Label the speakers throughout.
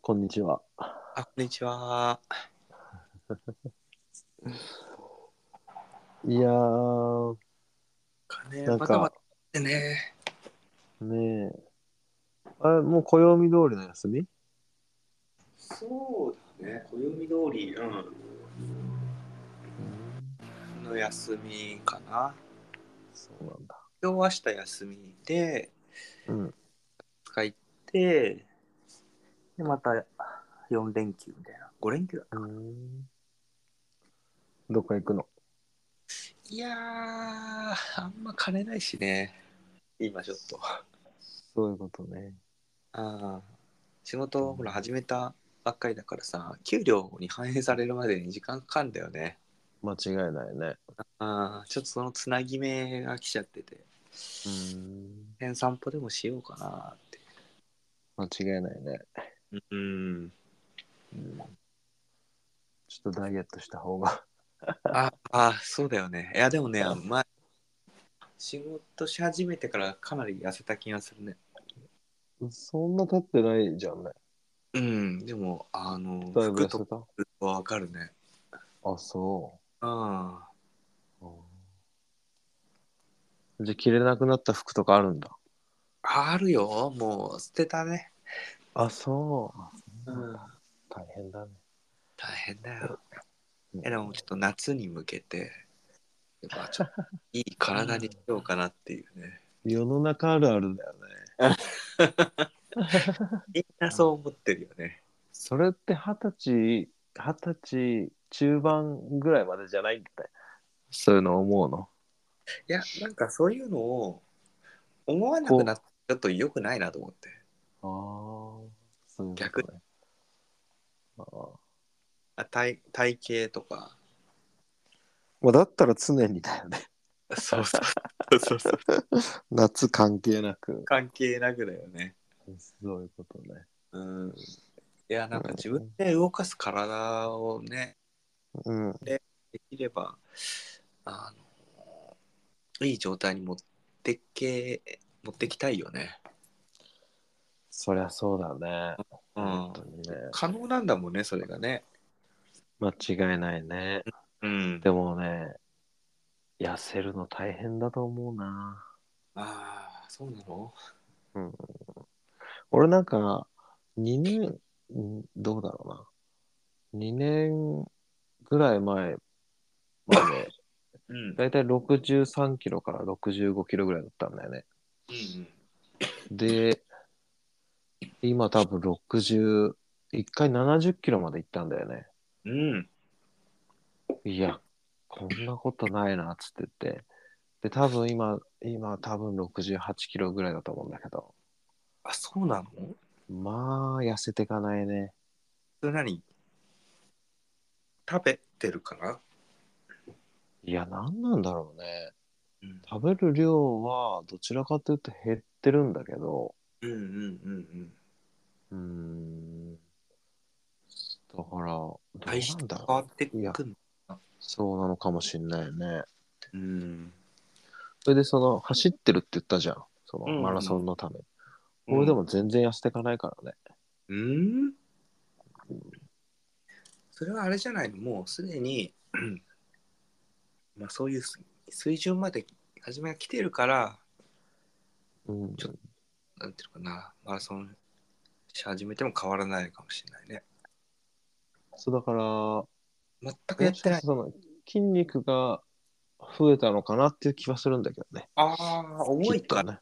Speaker 1: こんにちは。
Speaker 2: あ、こんにちは。
Speaker 1: いやー、
Speaker 2: 金
Speaker 1: なんか
Speaker 2: バタバタってね。
Speaker 1: ねえ。あれ、もう暦通りの休み
Speaker 2: そうだね、暦通り、うん。の休みかな。
Speaker 1: そうなんだ。
Speaker 2: 今日明日休みで、
Speaker 1: うん。
Speaker 2: 使いって、で、また4連休みたいな。5連休だ。
Speaker 1: どこ行くの
Speaker 2: いやー、あんま金ないしね。今ちょっと。
Speaker 1: そういうことね。
Speaker 2: ああ仕事をほら始めたばっかりだからさ給料に反映されるまでに時間かかるんだよね
Speaker 1: 間違いないね。
Speaker 2: ああちょっとそのつなぎ目が来ちゃってて
Speaker 1: うん。
Speaker 2: 辺散歩でもしようかなって
Speaker 1: 間違いないね。
Speaker 2: うん
Speaker 1: うんちょっとダイエットした方が。
Speaker 2: ああそうだよねいやでもね前仕事し始めてからかなり痩せた気がするね
Speaker 1: そんな経ってないじゃんね。
Speaker 2: うんでもあの
Speaker 1: だいぶ痩
Speaker 2: 服と
Speaker 1: せた
Speaker 2: かわかるね
Speaker 1: あ、そ
Speaker 2: ああ
Speaker 1: う。じゃあ着れなくなった服とかあるんだ。
Speaker 2: あるよもう捨てたね
Speaker 1: あ、そう。
Speaker 2: うん
Speaker 1: 大変だね。
Speaker 2: 大変だよえでもちょっと夏に向けて、やっぱちょっといい体にしようかなっていうね。
Speaker 1: 世の中あるあるだよね。
Speaker 2: みんなそう思ってるよね。
Speaker 1: それって二十歳、二十歳中盤ぐらいまでじゃないんだね。そういうの思うの。
Speaker 2: いや、なんかそういうのを思わなくなって、ちょっと良くないなと思って。
Speaker 1: ああ、そういうことね
Speaker 2: 逆
Speaker 1: あー
Speaker 2: あ体体型とか。
Speaker 1: まあ、だったら常にだよね。
Speaker 2: そうそうそうそう。
Speaker 1: 夏関係なく。
Speaker 2: 関係なくだよね。
Speaker 1: そういうことね。
Speaker 2: うん。いや、なんか自分で動かす体をね、
Speaker 1: うん。
Speaker 2: できれば、あの、いい状態に持ってけ、持ってきたいよね。
Speaker 1: そりゃそうだね。
Speaker 2: うん
Speaker 1: 本。当にね。
Speaker 2: 可能なんだもんねそれがね
Speaker 1: 間違いないね。
Speaker 2: うん
Speaker 1: でもね、痩せるの大変だと思うな。
Speaker 2: ああそうなの
Speaker 1: 俺なんか、2年、んどうだろうな。2年ぐらい前まで、
Speaker 2: うん
Speaker 1: だいたい63キロから65キロぐらいだったんだよね。
Speaker 2: うん
Speaker 1: で、今多分60、1回70キロまで行ったんだよね。
Speaker 2: うん
Speaker 1: いや、こんなことないな、つってて。で、多分今、今多分68キロぐらいだと思うんだけど。
Speaker 2: あそうなの
Speaker 1: まあ、痩せてかないね。
Speaker 2: それ何食べてるかない
Speaker 1: や、なんなんだろうね。
Speaker 2: うん
Speaker 1: 食べる量は、どちらかというと減ってるんだけど、
Speaker 2: うんうんうんうん
Speaker 1: うーん。だから、どう
Speaker 2: 体質
Speaker 1: なんだ
Speaker 2: 変
Speaker 1: ろ
Speaker 2: わってく
Speaker 1: いや
Speaker 2: ん
Speaker 1: う。そうなのかもしんないよね。
Speaker 2: うん
Speaker 1: それで、その、走ってるって言ったじゃん。そ
Speaker 2: うんう
Speaker 1: の、
Speaker 2: ん
Speaker 1: マラソンのために。俺でも全然痩せてかないからね。
Speaker 2: うんそれはあれじゃないのもうすでに、うんまあ、そういう水水準まで初めが来てるから
Speaker 1: うん。
Speaker 2: ちょっなんていうのかなマラソンし始めても変わらないかもしれないね
Speaker 1: そう、だから、
Speaker 2: 全くやってない。
Speaker 1: その筋肉が増えたのかなっていう気はするんだけどね。
Speaker 2: ああ、重いか
Speaker 1: きっと
Speaker 2: ら。
Speaker 1: ね。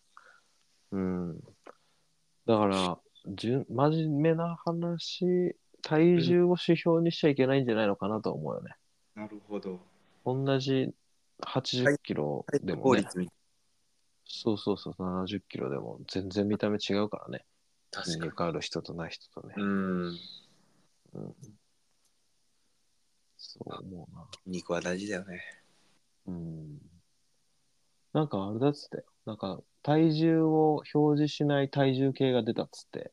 Speaker 1: うん。だから、じゅん真面目な話、体重を指標にしちゃいけないんじゃないのかなと思うよね。
Speaker 2: なるほど。
Speaker 1: 同じ80キロでもね、
Speaker 2: み
Speaker 1: そうそうそう、70キロでも全然見た目違うからね。
Speaker 2: た
Speaker 1: 筋
Speaker 2: 確か
Speaker 1: 肉ある人とない人とね
Speaker 2: に。。うん。筋
Speaker 1: うん、そう思うな。
Speaker 2: 肉は大事だよね。
Speaker 1: うんなんかあれだっつって、なんか体重を表示しない体重計が出たっつって、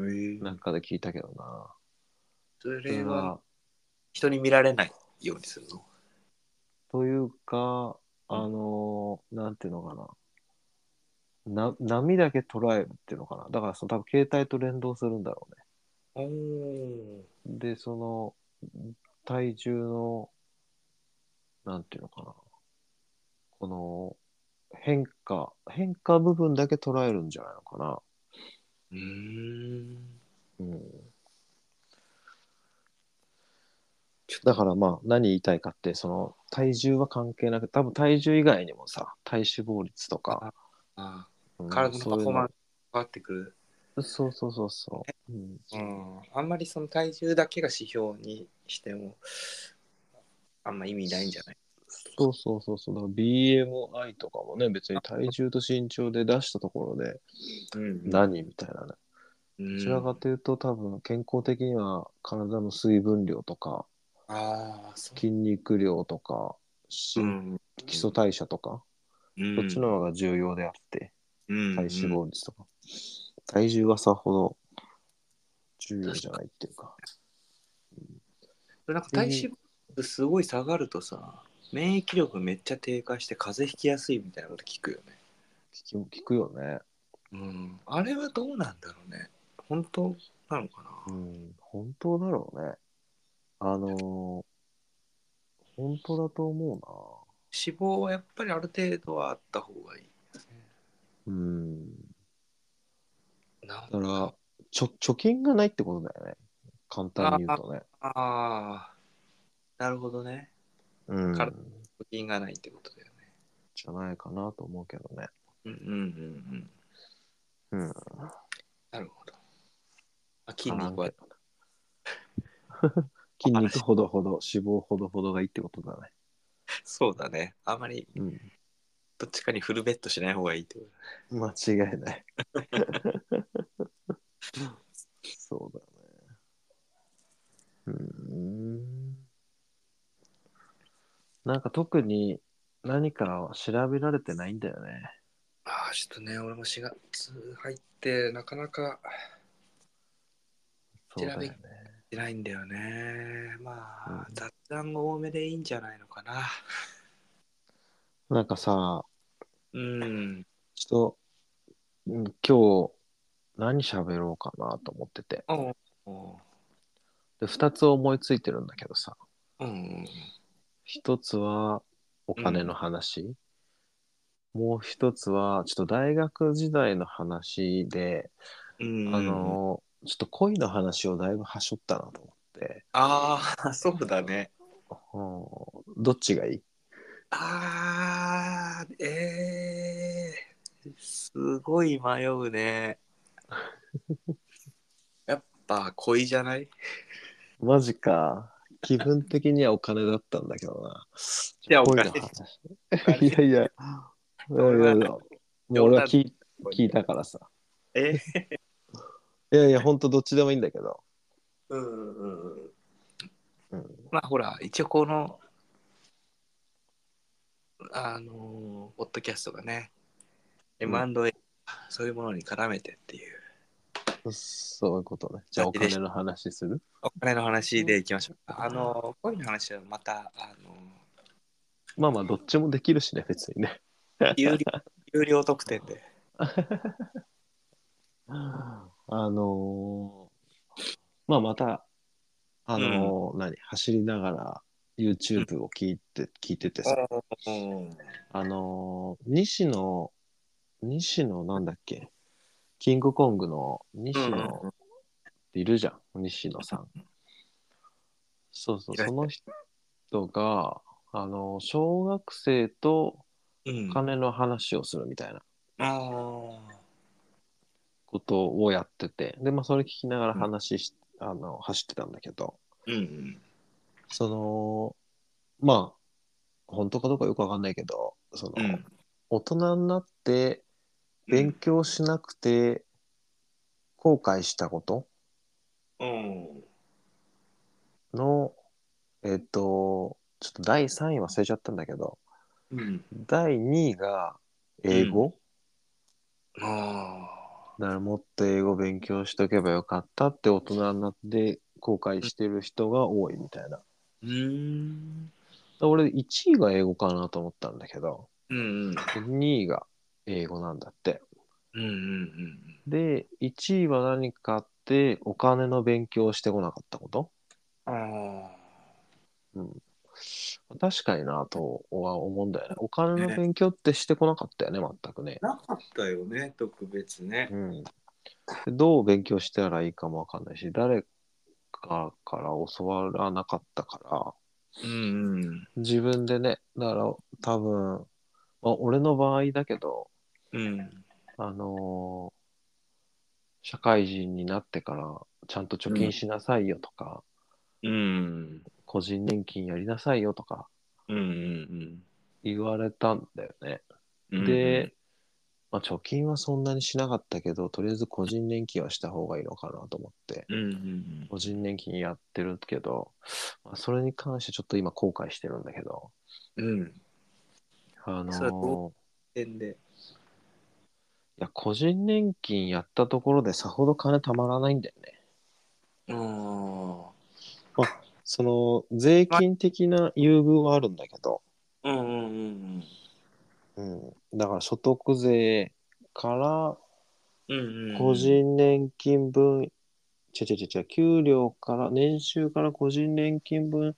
Speaker 2: ええ
Speaker 1: なんかで聞いたけどな。そ
Speaker 2: そ
Speaker 1: れ
Speaker 2: れは
Speaker 1: は、
Speaker 2: 人に見られないようにするの。
Speaker 1: というか、あのーなんていうのかな。な波だけ捉えるっていうのかな。だからその多分携帯と連動するんだろうね。
Speaker 2: おー
Speaker 1: で、その、体重の、なんていうのかな。この、変化、変化部分だけ捉えるんじゃないのかな。
Speaker 2: うーん。
Speaker 1: うん。だからまあ、何言いたいかって、その、体重は関係なく、多分体重以外にもさ、体脂肪率とか、
Speaker 2: あ
Speaker 1: うん
Speaker 2: ー体のパフォーマン
Speaker 1: そ
Speaker 2: ス変わってくる。
Speaker 1: ういうのそうそうそうそう。うん
Speaker 2: うん、あんまりその体重だけが指標にしても、あんま意味ないんじゃない
Speaker 1: そうそうそうそう。だから BMI とかもね、別に体重と身長で出したところで
Speaker 2: うん
Speaker 1: 何みたいなね。
Speaker 2: うん
Speaker 1: どちらかというと多分健康的には体の水分量とか
Speaker 2: ああ、そ
Speaker 1: 筋肉量とか
Speaker 2: う。
Speaker 1: 新基礎代謝とか、
Speaker 2: うん
Speaker 1: そっちの方が重要であって、
Speaker 2: 体
Speaker 1: 体脂肪率とか。体重はさほど重要じゃないっていうか。
Speaker 2: なんか体脂肪すごい下がるとさ、免疫力めっちゃ低下して風邪ひきやすいみたいなこと聞くよね。
Speaker 1: 聞き聞くよね。
Speaker 2: うん。あれはどうなんだろうね。本当なのか
Speaker 1: う
Speaker 2: な。
Speaker 1: ん、本当だろうね。あのー本当だと思うな。
Speaker 2: 脂肪はやっぱりある程度はあった方がいい。
Speaker 1: うん。
Speaker 2: なん
Speaker 1: だから、ちょ貯金がないってことだよね。簡単に言うとね。
Speaker 2: ああ、なるほどね。
Speaker 1: うん。
Speaker 2: から貯金がないってことだよね。
Speaker 1: じゃないかなと思うけどね。
Speaker 2: うんうんうんうん。
Speaker 1: うん。
Speaker 2: なるほど。あ筋肉は
Speaker 1: あ。 筋肉ほどほど、脂肪ほどほどがいいってことだね。
Speaker 2: そうだね。あんまり
Speaker 1: うん。
Speaker 2: どっちかにフルベッドしない方がいいってこと
Speaker 1: 間違いない。そうだね。うん。なんか特に何か調べられてないんだよね。
Speaker 2: ああ、ちょっとね、俺も4月入って、なかなか
Speaker 1: そうだよね
Speaker 2: 調。いないんだよね。まあ、
Speaker 1: うん
Speaker 2: 雑談が多めでいいんじゃないのかな。
Speaker 1: なんかさ、
Speaker 2: うん。
Speaker 1: ちょっと、うん、今日何喋ろうかなと思ってて。
Speaker 2: おお
Speaker 1: で、2つ思いついてるんだけどさ。
Speaker 2: うん。
Speaker 1: 1つはお金の話。もう1つは、ちょっと大学時代の話で、
Speaker 2: うん。
Speaker 1: あ、の、ちょっと恋の話をだいぶはしょったなと思って。
Speaker 2: ああ、そうだね。
Speaker 1: うん、どっちがいい
Speaker 2: ああ、ええすごい迷 うね。やっぱ恋じゃない
Speaker 1: マジか。気分的にはお金だったんだけどな。
Speaker 2: いやお
Speaker 1: 恋
Speaker 2: 金
Speaker 1: の話。いやいや。いやいやいやもう俺は聞い聞いたからさ。
Speaker 2: え
Speaker 1: いやいや、ほんとどっちでもいいんだけど。
Speaker 2: うんうんうん
Speaker 1: うん、
Speaker 2: まあほら一応このあのーポッドキャストがね、
Speaker 1: うん
Speaker 2: M&A そういうものに絡めてっていう
Speaker 1: そういうことね。じゃあお金の話する
Speaker 2: お金の話でいきましょうかあのー恋の話はまたあ の
Speaker 1: まあまあ、どっちもできるしね、別にね。
Speaker 2: ー有料有料特典で
Speaker 1: あのーまあまた、あのー何、走りながら YouTube を聞いて、聞いててさ、あのー西野、西野なんだっけ、キングコングの西
Speaker 2: うん
Speaker 1: 野いるじゃん、西野さん。そうそう、
Speaker 2: いらっし
Speaker 1: その人が、あのー小学生と
Speaker 2: うん
Speaker 1: 金の話をするみたいな
Speaker 2: あ
Speaker 1: ことをやってて、で、まあ、それ聞きながら話し、あの、走ってたんだけど、
Speaker 2: ーうん
Speaker 1: その、まあ、本当かどうかよくわかんないけど、その、
Speaker 2: うんうん
Speaker 1: 大人になって勉強しなくて後悔したこと
Speaker 2: うん
Speaker 1: の、えっと、ちょっと第3位忘れちゃったんだけど、
Speaker 2: うん
Speaker 1: 第2位が英語、
Speaker 2: あ
Speaker 1: だからもっと英語勉強しとけばよかったって大人になって後悔してる人が多いみたいな。だか
Speaker 2: ーうん
Speaker 1: ら俺1位が英語かなと思ったんだけど、
Speaker 2: うんうん
Speaker 1: 2位が英語なんだって。
Speaker 2: うんうんうん
Speaker 1: で、1位は何かっってお金の勉強をしてこなかったこと、
Speaker 2: ああ。
Speaker 1: うん、確かになとは思うんだよね。お金の勉強ってしてこなかったよね、全くね。
Speaker 2: なかったよね、特別ね
Speaker 1: う。ん、でどう勉強したらいいかもわかんないし、誰かから教わらなかったから、
Speaker 2: うんうん。
Speaker 1: 自分でね、だから多分、まあ、俺の場合だけど、
Speaker 2: うん。
Speaker 1: あのー社会人になってからちゃんと貯金しなさいよとか、
Speaker 2: うん。
Speaker 1: 個人年金やりなさいよとか
Speaker 2: うんうん
Speaker 1: 言われたんだよね。
Speaker 2: うん。
Speaker 1: で、まあ、貯金はそんなにしなかったけど、とりあえず個人年金はした方がいいのかなと思って、
Speaker 2: うんうん
Speaker 1: 個人年金やってるけど、まあ、それに関してちょっと今後悔してるんだけど、
Speaker 2: うん。うん。
Speaker 1: あの
Speaker 2: それは
Speaker 1: ー
Speaker 2: ど点で。
Speaker 1: いや、個人年金やったところでさほど金たまらないんだよね。
Speaker 2: ああ。
Speaker 1: その、税金的な優遇はあるんだけど、
Speaker 2: うんうんうん
Speaker 1: うん、だから所得税から
Speaker 2: うん。うんうん。
Speaker 1: 個。人年金分、違う違う違う、給料から、年収から個人年金分、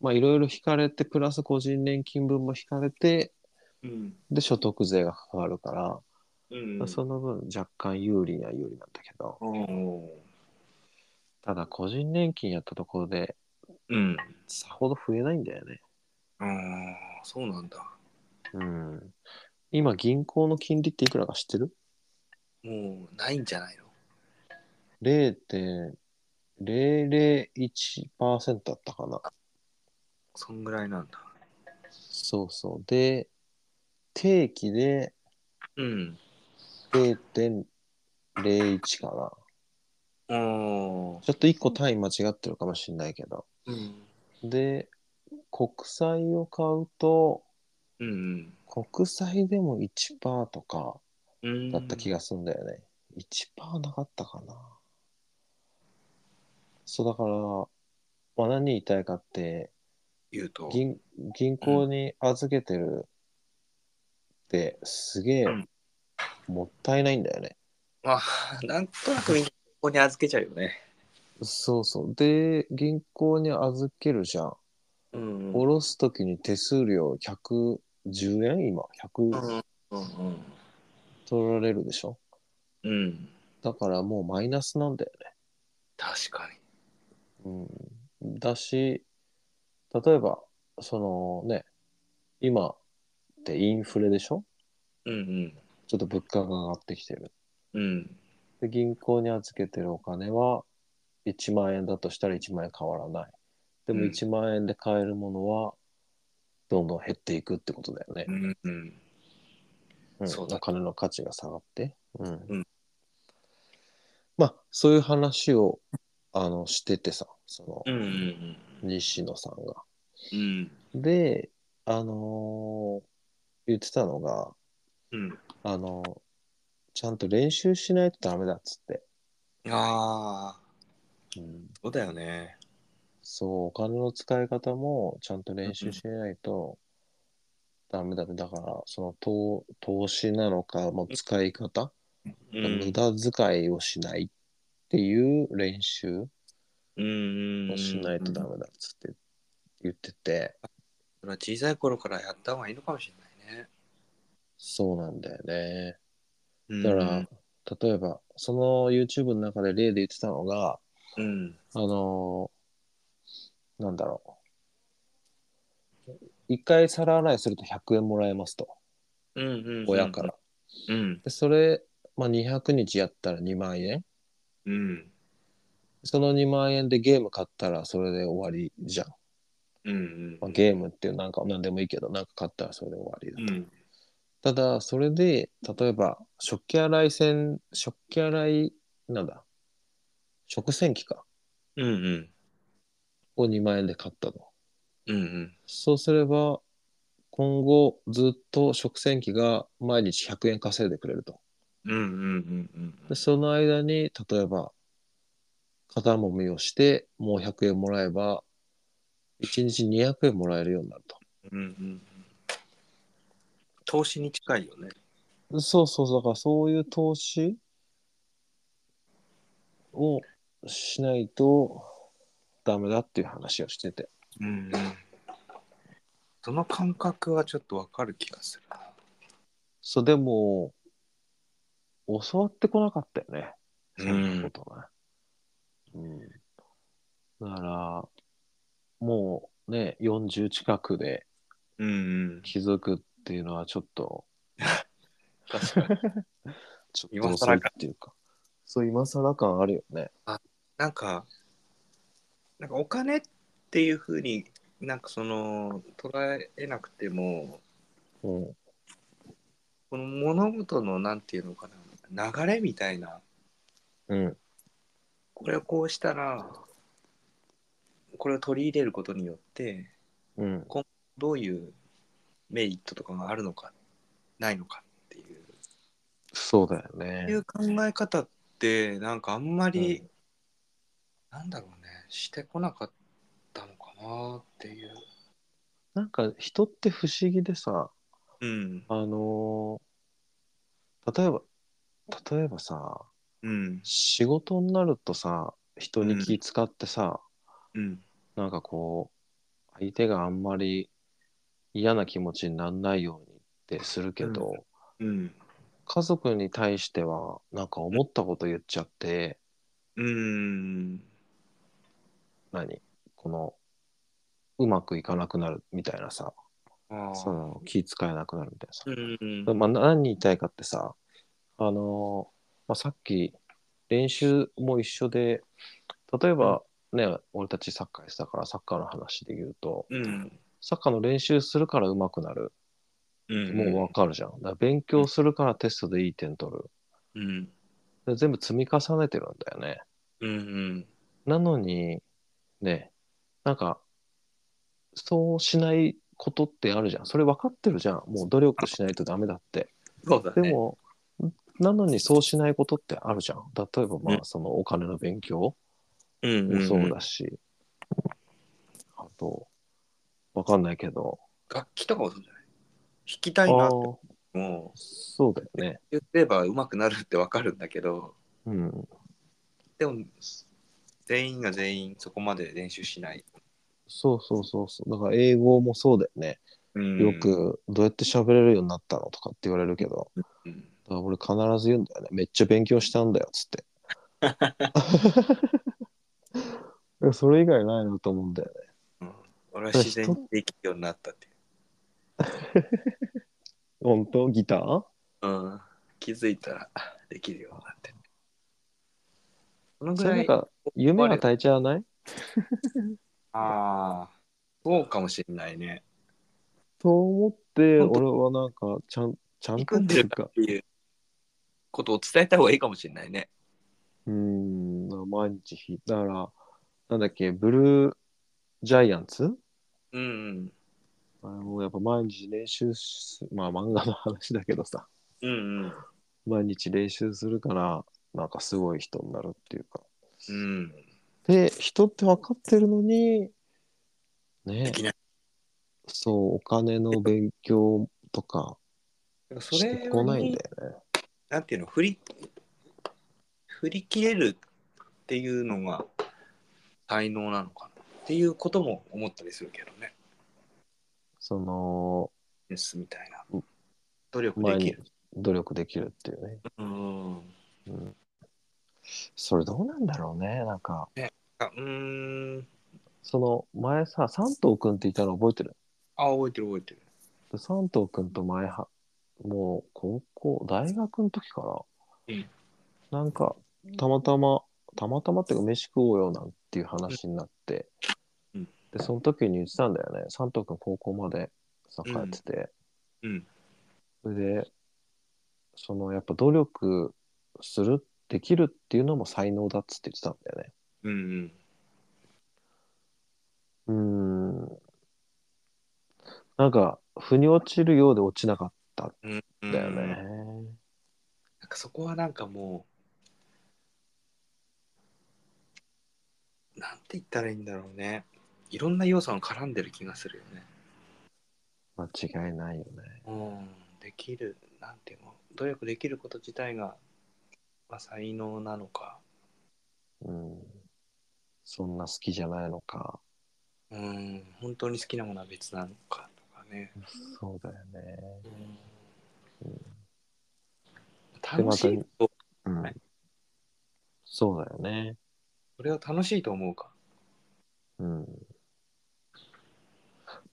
Speaker 1: まあいろいろ引かれて、プラス個人年金分も引かれて、
Speaker 2: うん。
Speaker 1: で、所得税がかかるから、
Speaker 2: うん。
Speaker 1: その分若干有利には有利なんだけど、ただ個人年金やったところで、
Speaker 2: うん。
Speaker 1: さほど増えないんだよね。
Speaker 2: ああ、そうなんだ。
Speaker 1: うん。今、銀行の金利っていくらか知ってる
Speaker 2: もうないんじゃないの
Speaker 1: ?0.001% だったかな。
Speaker 2: そんぐらいなんだ。
Speaker 1: そうそう。で、定期で
Speaker 2: うん。
Speaker 1: 0.01かな。ち
Speaker 2: ああ。
Speaker 1: ょっと1個単位間違ってるかもしれないけど。
Speaker 2: うん。
Speaker 1: で、国債を買うと、
Speaker 2: うん
Speaker 1: 国債でも1%とか
Speaker 2: うん。
Speaker 1: だった気がするんだよね。1%なかったかな。そうだから、まあ、何言いたいかって、
Speaker 2: 言うと。
Speaker 1: 銀銀行に預けてるってすげえ
Speaker 2: うん
Speaker 1: もったいないんだよね。
Speaker 2: まあ、なんとなくみんなここに預けちゃうよね。
Speaker 1: そうそう。で、銀行に預けるじゃん。
Speaker 2: うん
Speaker 1: 下ろすときに手数料110円今、100
Speaker 2: うん
Speaker 1: 取られるでしょ。
Speaker 2: うん。うん。
Speaker 1: だからもうマイナスなんだよ
Speaker 2: 確かに。
Speaker 1: ね。うん、だし、例えば、そのね、今ってインフレでしょ
Speaker 2: うん
Speaker 1: ちょっと物価が上がってきてる。
Speaker 2: うん。うん。
Speaker 1: で銀行に預けてるお金は1万円だとしたら1万円変わらない。でも
Speaker 2: うん
Speaker 1: 1万円で買えるものはどんどん減っていくってことだよね。
Speaker 2: うんうん。
Speaker 1: うん
Speaker 2: そうだ
Speaker 1: お金の価値が下がって。うん
Speaker 2: うん
Speaker 1: まあそういう話をあのしててさ、そ
Speaker 2: うんうん
Speaker 1: の西野さんが。
Speaker 2: うん。
Speaker 1: で、あのー言ってたのが、
Speaker 2: うん。
Speaker 1: あのーちゃんと練習しないとダメだっつって。
Speaker 2: ああ、
Speaker 1: うん
Speaker 2: そうだよね。
Speaker 1: そう、お金の使い方もちゃんと練習しないとダメだね。だから、その投投資なのか、もう使い方、
Speaker 2: う
Speaker 1: 無駄遣いをしないっていう練習
Speaker 2: うん
Speaker 1: をしないとダメだっつって言ってて、
Speaker 2: それは小さい頃からやった方がいいのかもしれないね。
Speaker 1: そうなんだよね。
Speaker 2: うん
Speaker 1: だから、、例えば、その YouTube の中で例で言ってたのが、
Speaker 2: うん。
Speaker 1: あのーなんだろう。一回皿洗いすると100円もらえますと、
Speaker 2: うんうんうん。
Speaker 1: 親から。。
Speaker 2: うん。
Speaker 1: で、それ、まあ、200日やったら2万円。
Speaker 2: うん。
Speaker 1: その2万円でゲーム買ったらそれで終わりじゃん。
Speaker 2: うん
Speaker 1: まあ、ゲームっていうなんか何でもいいけど、なんか買ったらそれで終わりだ。
Speaker 2: うん。
Speaker 1: ただ、それで、例えば、食器洗い洗、食器洗い、なんだ、食洗機か、
Speaker 2: うんうん。
Speaker 1: を2万円で買ったの。
Speaker 2: うんうん。
Speaker 1: そうすれば、今後ずっと食洗機が毎日100円稼いでくれると。
Speaker 2: うんうんうんうん。
Speaker 1: で、その間に、例えば、肩もみをして、もう100円もらえば、1日200円もらえるようになる
Speaker 2: うんうん。投資に近いよね。
Speaker 1: と。そうそう、だからそういう投資をしないとダメだっていう話をしてて。
Speaker 2: うん。その感覚はちょっとわかる気がするな。
Speaker 1: そう、でも、教わってこなかったよね。
Speaker 2: う
Speaker 1: そ
Speaker 2: ん
Speaker 1: んなことね。うん。だから、もうね、40近くで
Speaker 2: うんうん。
Speaker 1: 気づくっていうのはちょっ と、
Speaker 2: 確かに。
Speaker 1: ちょっと遅いっていうか。そう、今更感あるよね。
Speaker 2: なんか、なんかお金っていうふうになんかその捉えなくても、
Speaker 1: うん。
Speaker 2: この物事のなんていうのかな、流れみたいな、
Speaker 1: うん。
Speaker 2: これをこうしたら、これを取り入れることによって、
Speaker 1: うん。
Speaker 2: どういうメリットとかがあるのか、ないのかっていう、
Speaker 1: そうだよ
Speaker 2: そうい
Speaker 1: ね。
Speaker 2: う考え方って、なんかあんまり、
Speaker 1: う
Speaker 2: なんだろうね、してこなかったのかなっていう。
Speaker 1: なんか人って不思議でさ、
Speaker 2: うん、
Speaker 1: あのー例えば、例えばさ、
Speaker 2: うん、
Speaker 1: 仕事になるとさ、人に気使ってさ、
Speaker 2: うん。
Speaker 1: なんかこう、相手があんまり嫌な気持ちにならないようにってするけど、
Speaker 2: ううん。
Speaker 1: 家族に対しては、なんか思ったこと言っちゃって、
Speaker 2: うん。
Speaker 1: 何この、うまくいかなくなるみたいなさ、
Speaker 2: ああ。
Speaker 1: その気使えなくなるみたいなさ。
Speaker 2: うん。
Speaker 1: まあ、何言いたいかってさ、あのーまあ、さっき練習も一緒で例えばね、俺たちサッカーやってたからサッカーの話で言うと
Speaker 2: うん。
Speaker 1: サッカーの練習するから上手くなる
Speaker 2: うん。
Speaker 1: もう分かるじゃん、だから勉強するからテストでいい点取る
Speaker 2: うん。
Speaker 1: で全部積み重ねてるんだよね
Speaker 2: うん。
Speaker 1: なのにねなんかそうしないことってあるじゃんそれ分かってるじゃんもう努力しないとダメだって
Speaker 2: そうだ
Speaker 1: で
Speaker 2: ね。
Speaker 1: も、なのにそうしないことってあるじゃん。例えば、ま
Speaker 2: う
Speaker 1: あ、そのお金の勉強
Speaker 2: うん
Speaker 1: もそうだし、あと、わかんないけど、
Speaker 2: 楽器とかもそうじゃない弾きた
Speaker 1: あ
Speaker 2: いな
Speaker 1: あ
Speaker 2: って
Speaker 1: ー、
Speaker 2: もう
Speaker 1: そうだよね。
Speaker 2: 言ってれば上手くなるってわかるんだけど
Speaker 1: うん、
Speaker 2: でも全員が全員そこまで練習しない、
Speaker 1: そうそうそうそう。だから、英語もそうだよね。
Speaker 2: うん
Speaker 1: よ、く、どうやって喋れるようになったのとかって言われるけど、
Speaker 2: うん、
Speaker 1: だから俺必ず言うんだよね。めっちゃ勉強したんだよ、つ って。それ以外ないなと思うんだよね。
Speaker 2: 俺は自然にできるようになったっていう、
Speaker 1: 本当ギター
Speaker 2: うん、気づいたらできるようになってそのぐ
Speaker 1: それ
Speaker 2: ら
Speaker 1: なん
Speaker 2: い
Speaker 1: か、夢が耐えちゃわない
Speaker 2: ああそうかもしれないね
Speaker 1: そう思って、
Speaker 2: 本当
Speaker 1: 俺はなんか、ちゃん、ちゃんと
Speaker 2: 憎
Speaker 1: っ
Speaker 2: ん
Speaker 1: て
Speaker 2: で
Speaker 1: い
Speaker 2: る
Speaker 1: う
Speaker 2: か
Speaker 1: か
Speaker 2: っ、ていうことを伝えた方がいいかもしれないね
Speaker 1: うーん、毎日弾いたら、なんだっけ、ブルージャイアンツ
Speaker 2: うん
Speaker 1: あれもやっぱ毎日練習す、まあ漫画の話だけどさ、
Speaker 2: うんうんうん
Speaker 1: 毎日練習するから、なんかすごい人になるっていうか。
Speaker 2: うん
Speaker 1: で、人って分かってるのに、
Speaker 2: で
Speaker 1: ね
Speaker 2: き、ない
Speaker 1: そう、お金の勉強とか
Speaker 2: そ
Speaker 1: し
Speaker 2: れ
Speaker 1: てこないんだよね。
Speaker 2: なんていうの振り振り切れるっていうのが才能なのかなっていうことも思ったりするけどね
Speaker 1: その、
Speaker 2: ニュースみたいな
Speaker 1: うん
Speaker 2: 努力で
Speaker 1: 前
Speaker 2: き
Speaker 1: に
Speaker 2: る
Speaker 1: 努力できるっていうね。
Speaker 2: うん
Speaker 1: うんそれどうなんだろうねなんか
Speaker 2: あうーん
Speaker 1: その前さ三藤君っていたの覚えてる
Speaker 2: あ覚えてる覚えてる
Speaker 1: で三藤君と前はもう高校大学の時かな、
Speaker 2: うん
Speaker 1: なんかたまたまたまたまっていうか飯食おうよなんていう話になって、
Speaker 2: うん
Speaker 1: でその時に言ってたんだよね三藤君高校までさ帰ってて、
Speaker 2: うん
Speaker 1: それでそのやっぱ努力するできるっていうのも才能だっつって言ってたんだよね
Speaker 2: うんうん
Speaker 1: うーんなんか、腑に落ちるようで落ちなかったん
Speaker 2: うんうん
Speaker 1: だよね。
Speaker 2: なんかそこはなんかもうなんて言ったらいいんだろうねいろんな要素が絡んでる気がするよね
Speaker 1: 間違いないよね。
Speaker 2: うん、できる、なんていうの、努力できること自体が、まあ、才能なのか、
Speaker 1: うん、そんな好きじゃないのか。
Speaker 2: うん、本当に好きなものは別なのかとかね。
Speaker 1: そうだよね。
Speaker 2: うん楽しいと、
Speaker 1: うん
Speaker 2: はい
Speaker 1: そうだよね。
Speaker 2: それを楽しいと思うか。
Speaker 1: うん。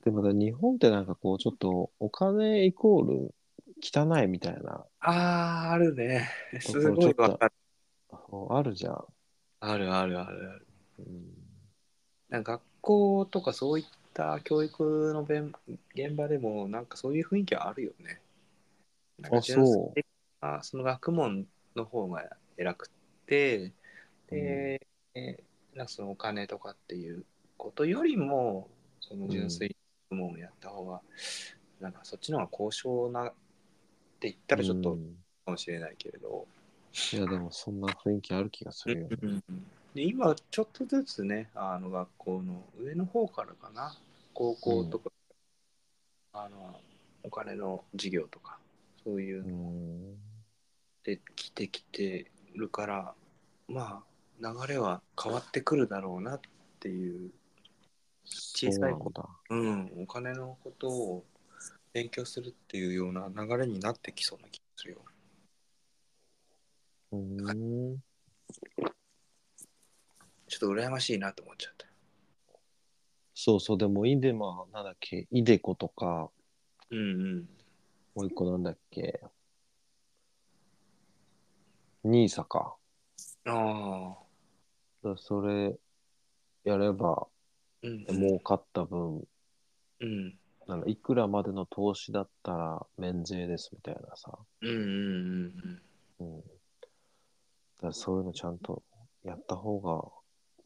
Speaker 1: でまた日本ってなんかこうちょっとお金イコール汚いみたいな
Speaker 2: あー、あるね。す
Speaker 1: そう
Speaker 2: ごいわかる。
Speaker 1: そうあるじゃん。
Speaker 2: あるあるあるある。
Speaker 1: うん、
Speaker 2: なんか学校とかそういった教育のべん現場でも、なんかそういう雰囲気はあるよね。なんか
Speaker 1: あそう
Speaker 2: あその学問の方が偉くって、で、えなんかそのお金とかっていうことよりも、その純粋に学問をやった方が、なんかそっちの方が高尚なって言ったらちょっと
Speaker 1: うん
Speaker 2: かもしれないけれど、
Speaker 1: いやでもそんな雰囲気ある気がするよね。
Speaker 2: で今ちょっとずつねあの学校の上の方からかな高校とか、あのお金の授業とかそういう
Speaker 1: う
Speaker 2: の
Speaker 1: ん
Speaker 2: で来てきてるから、まあ流れは変わってくるだろうなっていう、小さい
Speaker 1: そうなんだ。
Speaker 2: うん、お金のことを勉強するっていうような流れになってきそうな気がするよ。
Speaker 1: うん。
Speaker 2: ちょっと羨ましいなと思っちゃった。
Speaker 1: そうそう、でも、イデマ、なんだっけ、イデコとか、
Speaker 2: うんうん。
Speaker 1: もう一個なんだっけ、ニーサか。
Speaker 2: ああ。
Speaker 1: だからそれ、やれば、
Speaker 2: うん、
Speaker 1: 儲かった分、
Speaker 2: うん。
Speaker 1: なんかいくらまでの投資だったら免税ですみたいなさ。
Speaker 2: うんうんうん
Speaker 1: うん。だからそういうのちゃんとやった方が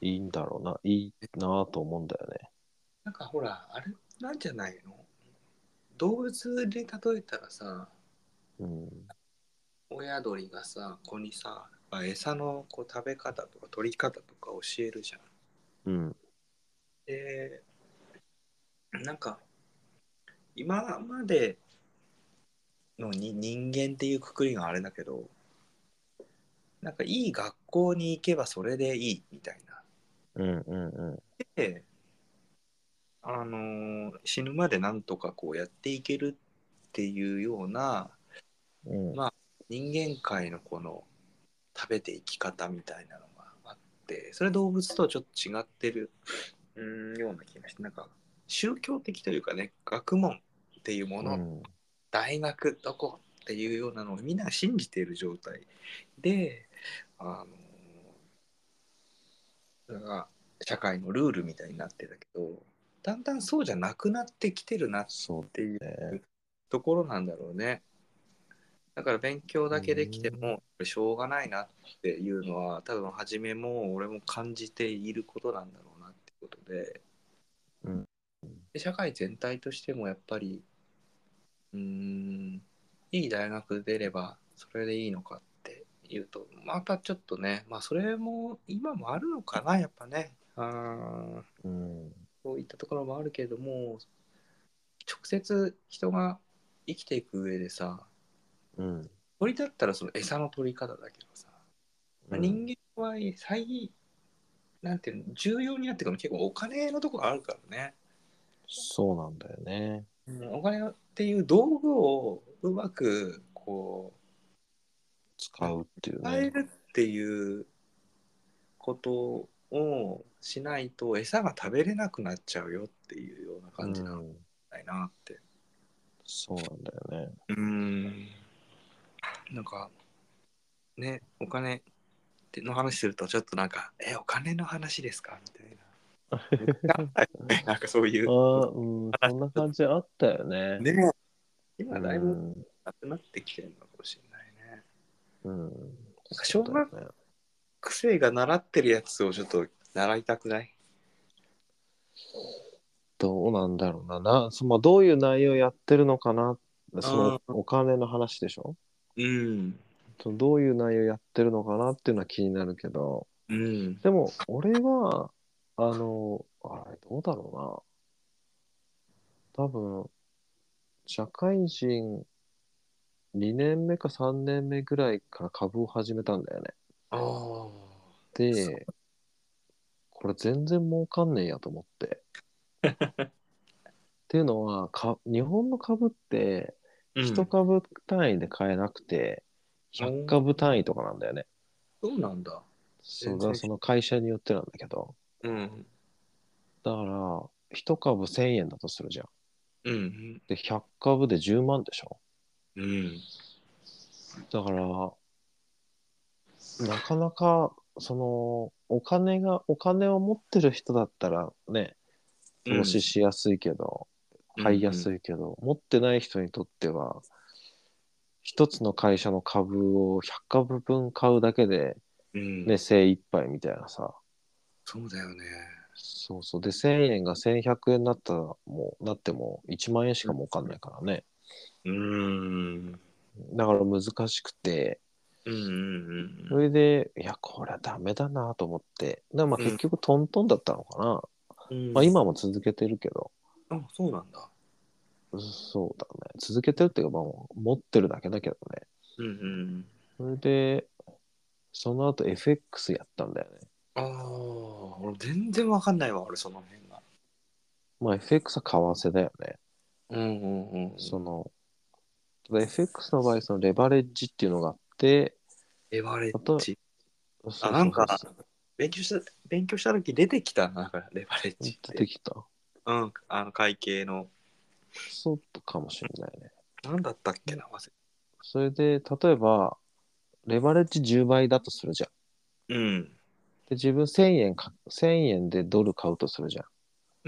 Speaker 1: いいんだろうな、いいなぁと思うんだよね。
Speaker 2: なんかほらあれなんじゃないの動物で例えたらさ
Speaker 1: うん。
Speaker 2: 親鳥がさ子にさあ餌のこう食べ方とか取り方とか教えるじゃん。
Speaker 1: うん。
Speaker 2: でなんか今までのに人間っていうくくりがあれだけどなんかいい学校に行けばそれでいいみたいな
Speaker 1: うんうんうん。
Speaker 2: であのー死ぬまでなんとかこうやっていけるっていうような
Speaker 1: うん
Speaker 2: ま人間界のこの食べて生き方みたいなのがあってそれは動物とはちょっと違ってるうーんような気がしてなんか宗教的というかね学問っていうもの、
Speaker 1: うん
Speaker 2: 大学どこっていうようなのをみんなが信じている状態であのそれが社会のルールみたいになってたけどだんだんそうじゃなくなってきてるなっ
Speaker 1: そう
Speaker 2: ていう
Speaker 1: ね。
Speaker 2: ところなんだろうねだから勉強だけできて
Speaker 1: うん
Speaker 2: もしょうがないなっていうのは多分初めも俺も感じていることなんだろうなってことで,、
Speaker 1: うん
Speaker 2: で社会全体としてもやっぱりうーんいい大学出ればそれでいいのかっていうとまたちょっとねまあそれも今もあるのかなやっぱねあー
Speaker 1: うん。
Speaker 2: そういったところもあるけれども直接人が生きていく上でさ
Speaker 1: うん。
Speaker 2: 鳥だったらその餌の取り方だけどさ、まあ人間は最なんていうの重要になってくるの結構お金のところがあるからね、
Speaker 1: そうなんだよね。
Speaker 2: うんお金っていう道具をうまくこ
Speaker 1: 使うっていう
Speaker 2: う変え
Speaker 1: ね。
Speaker 2: るっていうことをしないと餌が食べれなくなっちゃうよっていうような感じなん
Speaker 1: うん
Speaker 2: だよなって。
Speaker 1: そうなんだよね。
Speaker 2: うーんなんかねお金っての話するとちょっとなんか「えお金の話ですか?」みたい ななんかそうい
Speaker 1: あ
Speaker 2: う
Speaker 1: あ、うん、そんな感じあったよね。
Speaker 2: でも今だいぶ
Speaker 1: う
Speaker 2: なくなってきてるのかもしれないね
Speaker 1: ん。うん
Speaker 2: 小学癖が習ってるやつをちょっと習いたくない
Speaker 1: どうなんだろうな。なそまあ、どういう内容やってるのかな。その
Speaker 2: う
Speaker 1: お金の話でしょ
Speaker 2: うん
Speaker 1: そのどういう内容やってるのかなっていうのは気になるけど。
Speaker 2: うん
Speaker 1: でも、俺は、あの、あれ、どうだろうな。多分、社会人2年目か3年目ぐらいから株を始めたんだよね。
Speaker 2: ああ
Speaker 1: で、これ全然儲かんねえやと思 って。っていうのはか、日本の株って、
Speaker 2: うん
Speaker 1: 1株単位で買えなくて、100株単位とかなんだよね。
Speaker 2: そうなんだ。
Speaker 1: そ
Speaker 2: 全
Speaker 1: う
Speaker 2: 然
Speaker 1: だ、その会社によってなんだけど。
Speaker 2: うん。
Speaker 1: だから、1株1000円だとするじゃん。
Speaker 2: うん。
Speaker 1: で、100株で10万でしょ。
Speaker 2: うん。
Speaker 1: だから、なかなか、その、お金が、お金を持ってる人だったらね、投資しやすいけど、買いやす
Speaker 2: い。
Speaker 1: いけど、持ってない人にとっては、一つの会社の株を100株分買うだけで、
Speaker 2: うん。
Speaker 1: ね、精一杯みたいなさ。
Speaker 2: そうだよね。
Speaker 1: そうそう。で、1000円が1100円になったら、もう、なっても1万円しか儲かんないからね。
Speaker 2: うん。
Speaker 1: だから難しくて、
Speaker 2: うんうん
Speaker 1: それで、いや、これはダメだなと思って。だからまあ
Speaker 2: うん
Speaker 1: 結局トントンだったのかな。
Speaker 2: うん。
Speaker 1: まあ今も続けてるけど、
Speaker 2: あ、そうなんだ。
Speaker 1: そうだね。続けてるっていうか、まあもう持ってるだけだけどね。
Speaker 2: うんうん。
Speaker 1: それで、その後 FX やったんだよね。
Speaker 2: ああ、俺全然わかんないわ、俺その辺が。
Speaker 1: まあ FX は為替だよね。
Speaker 2: うんうんうん。
Speaker 1: その、ただ FX の場合、そのレバレッジっていうのがあって、
Speaker 2: レバレ
Speaker 1: あと
Speaker 2: ッジ。
Speaker 1: そうそうそう
Speaker 2: なんか勉強した、勉強した時出てきたな、だからレバレ
Speaker 1: 出
Speaker 2: ッジって
Speaker 1: てきた。
Speaker 2: うん、あの会計の、
Speaker 1: そうかもしれないね。
Speaker 2: なんだったっけな、忘れ
Speaker 1: それで、例えば、レバレッジ10倍だとするじゃん。
Speaker 2: うん。
Speaker 1: で、自分1000円か、1000円でドル買うとするじゃん。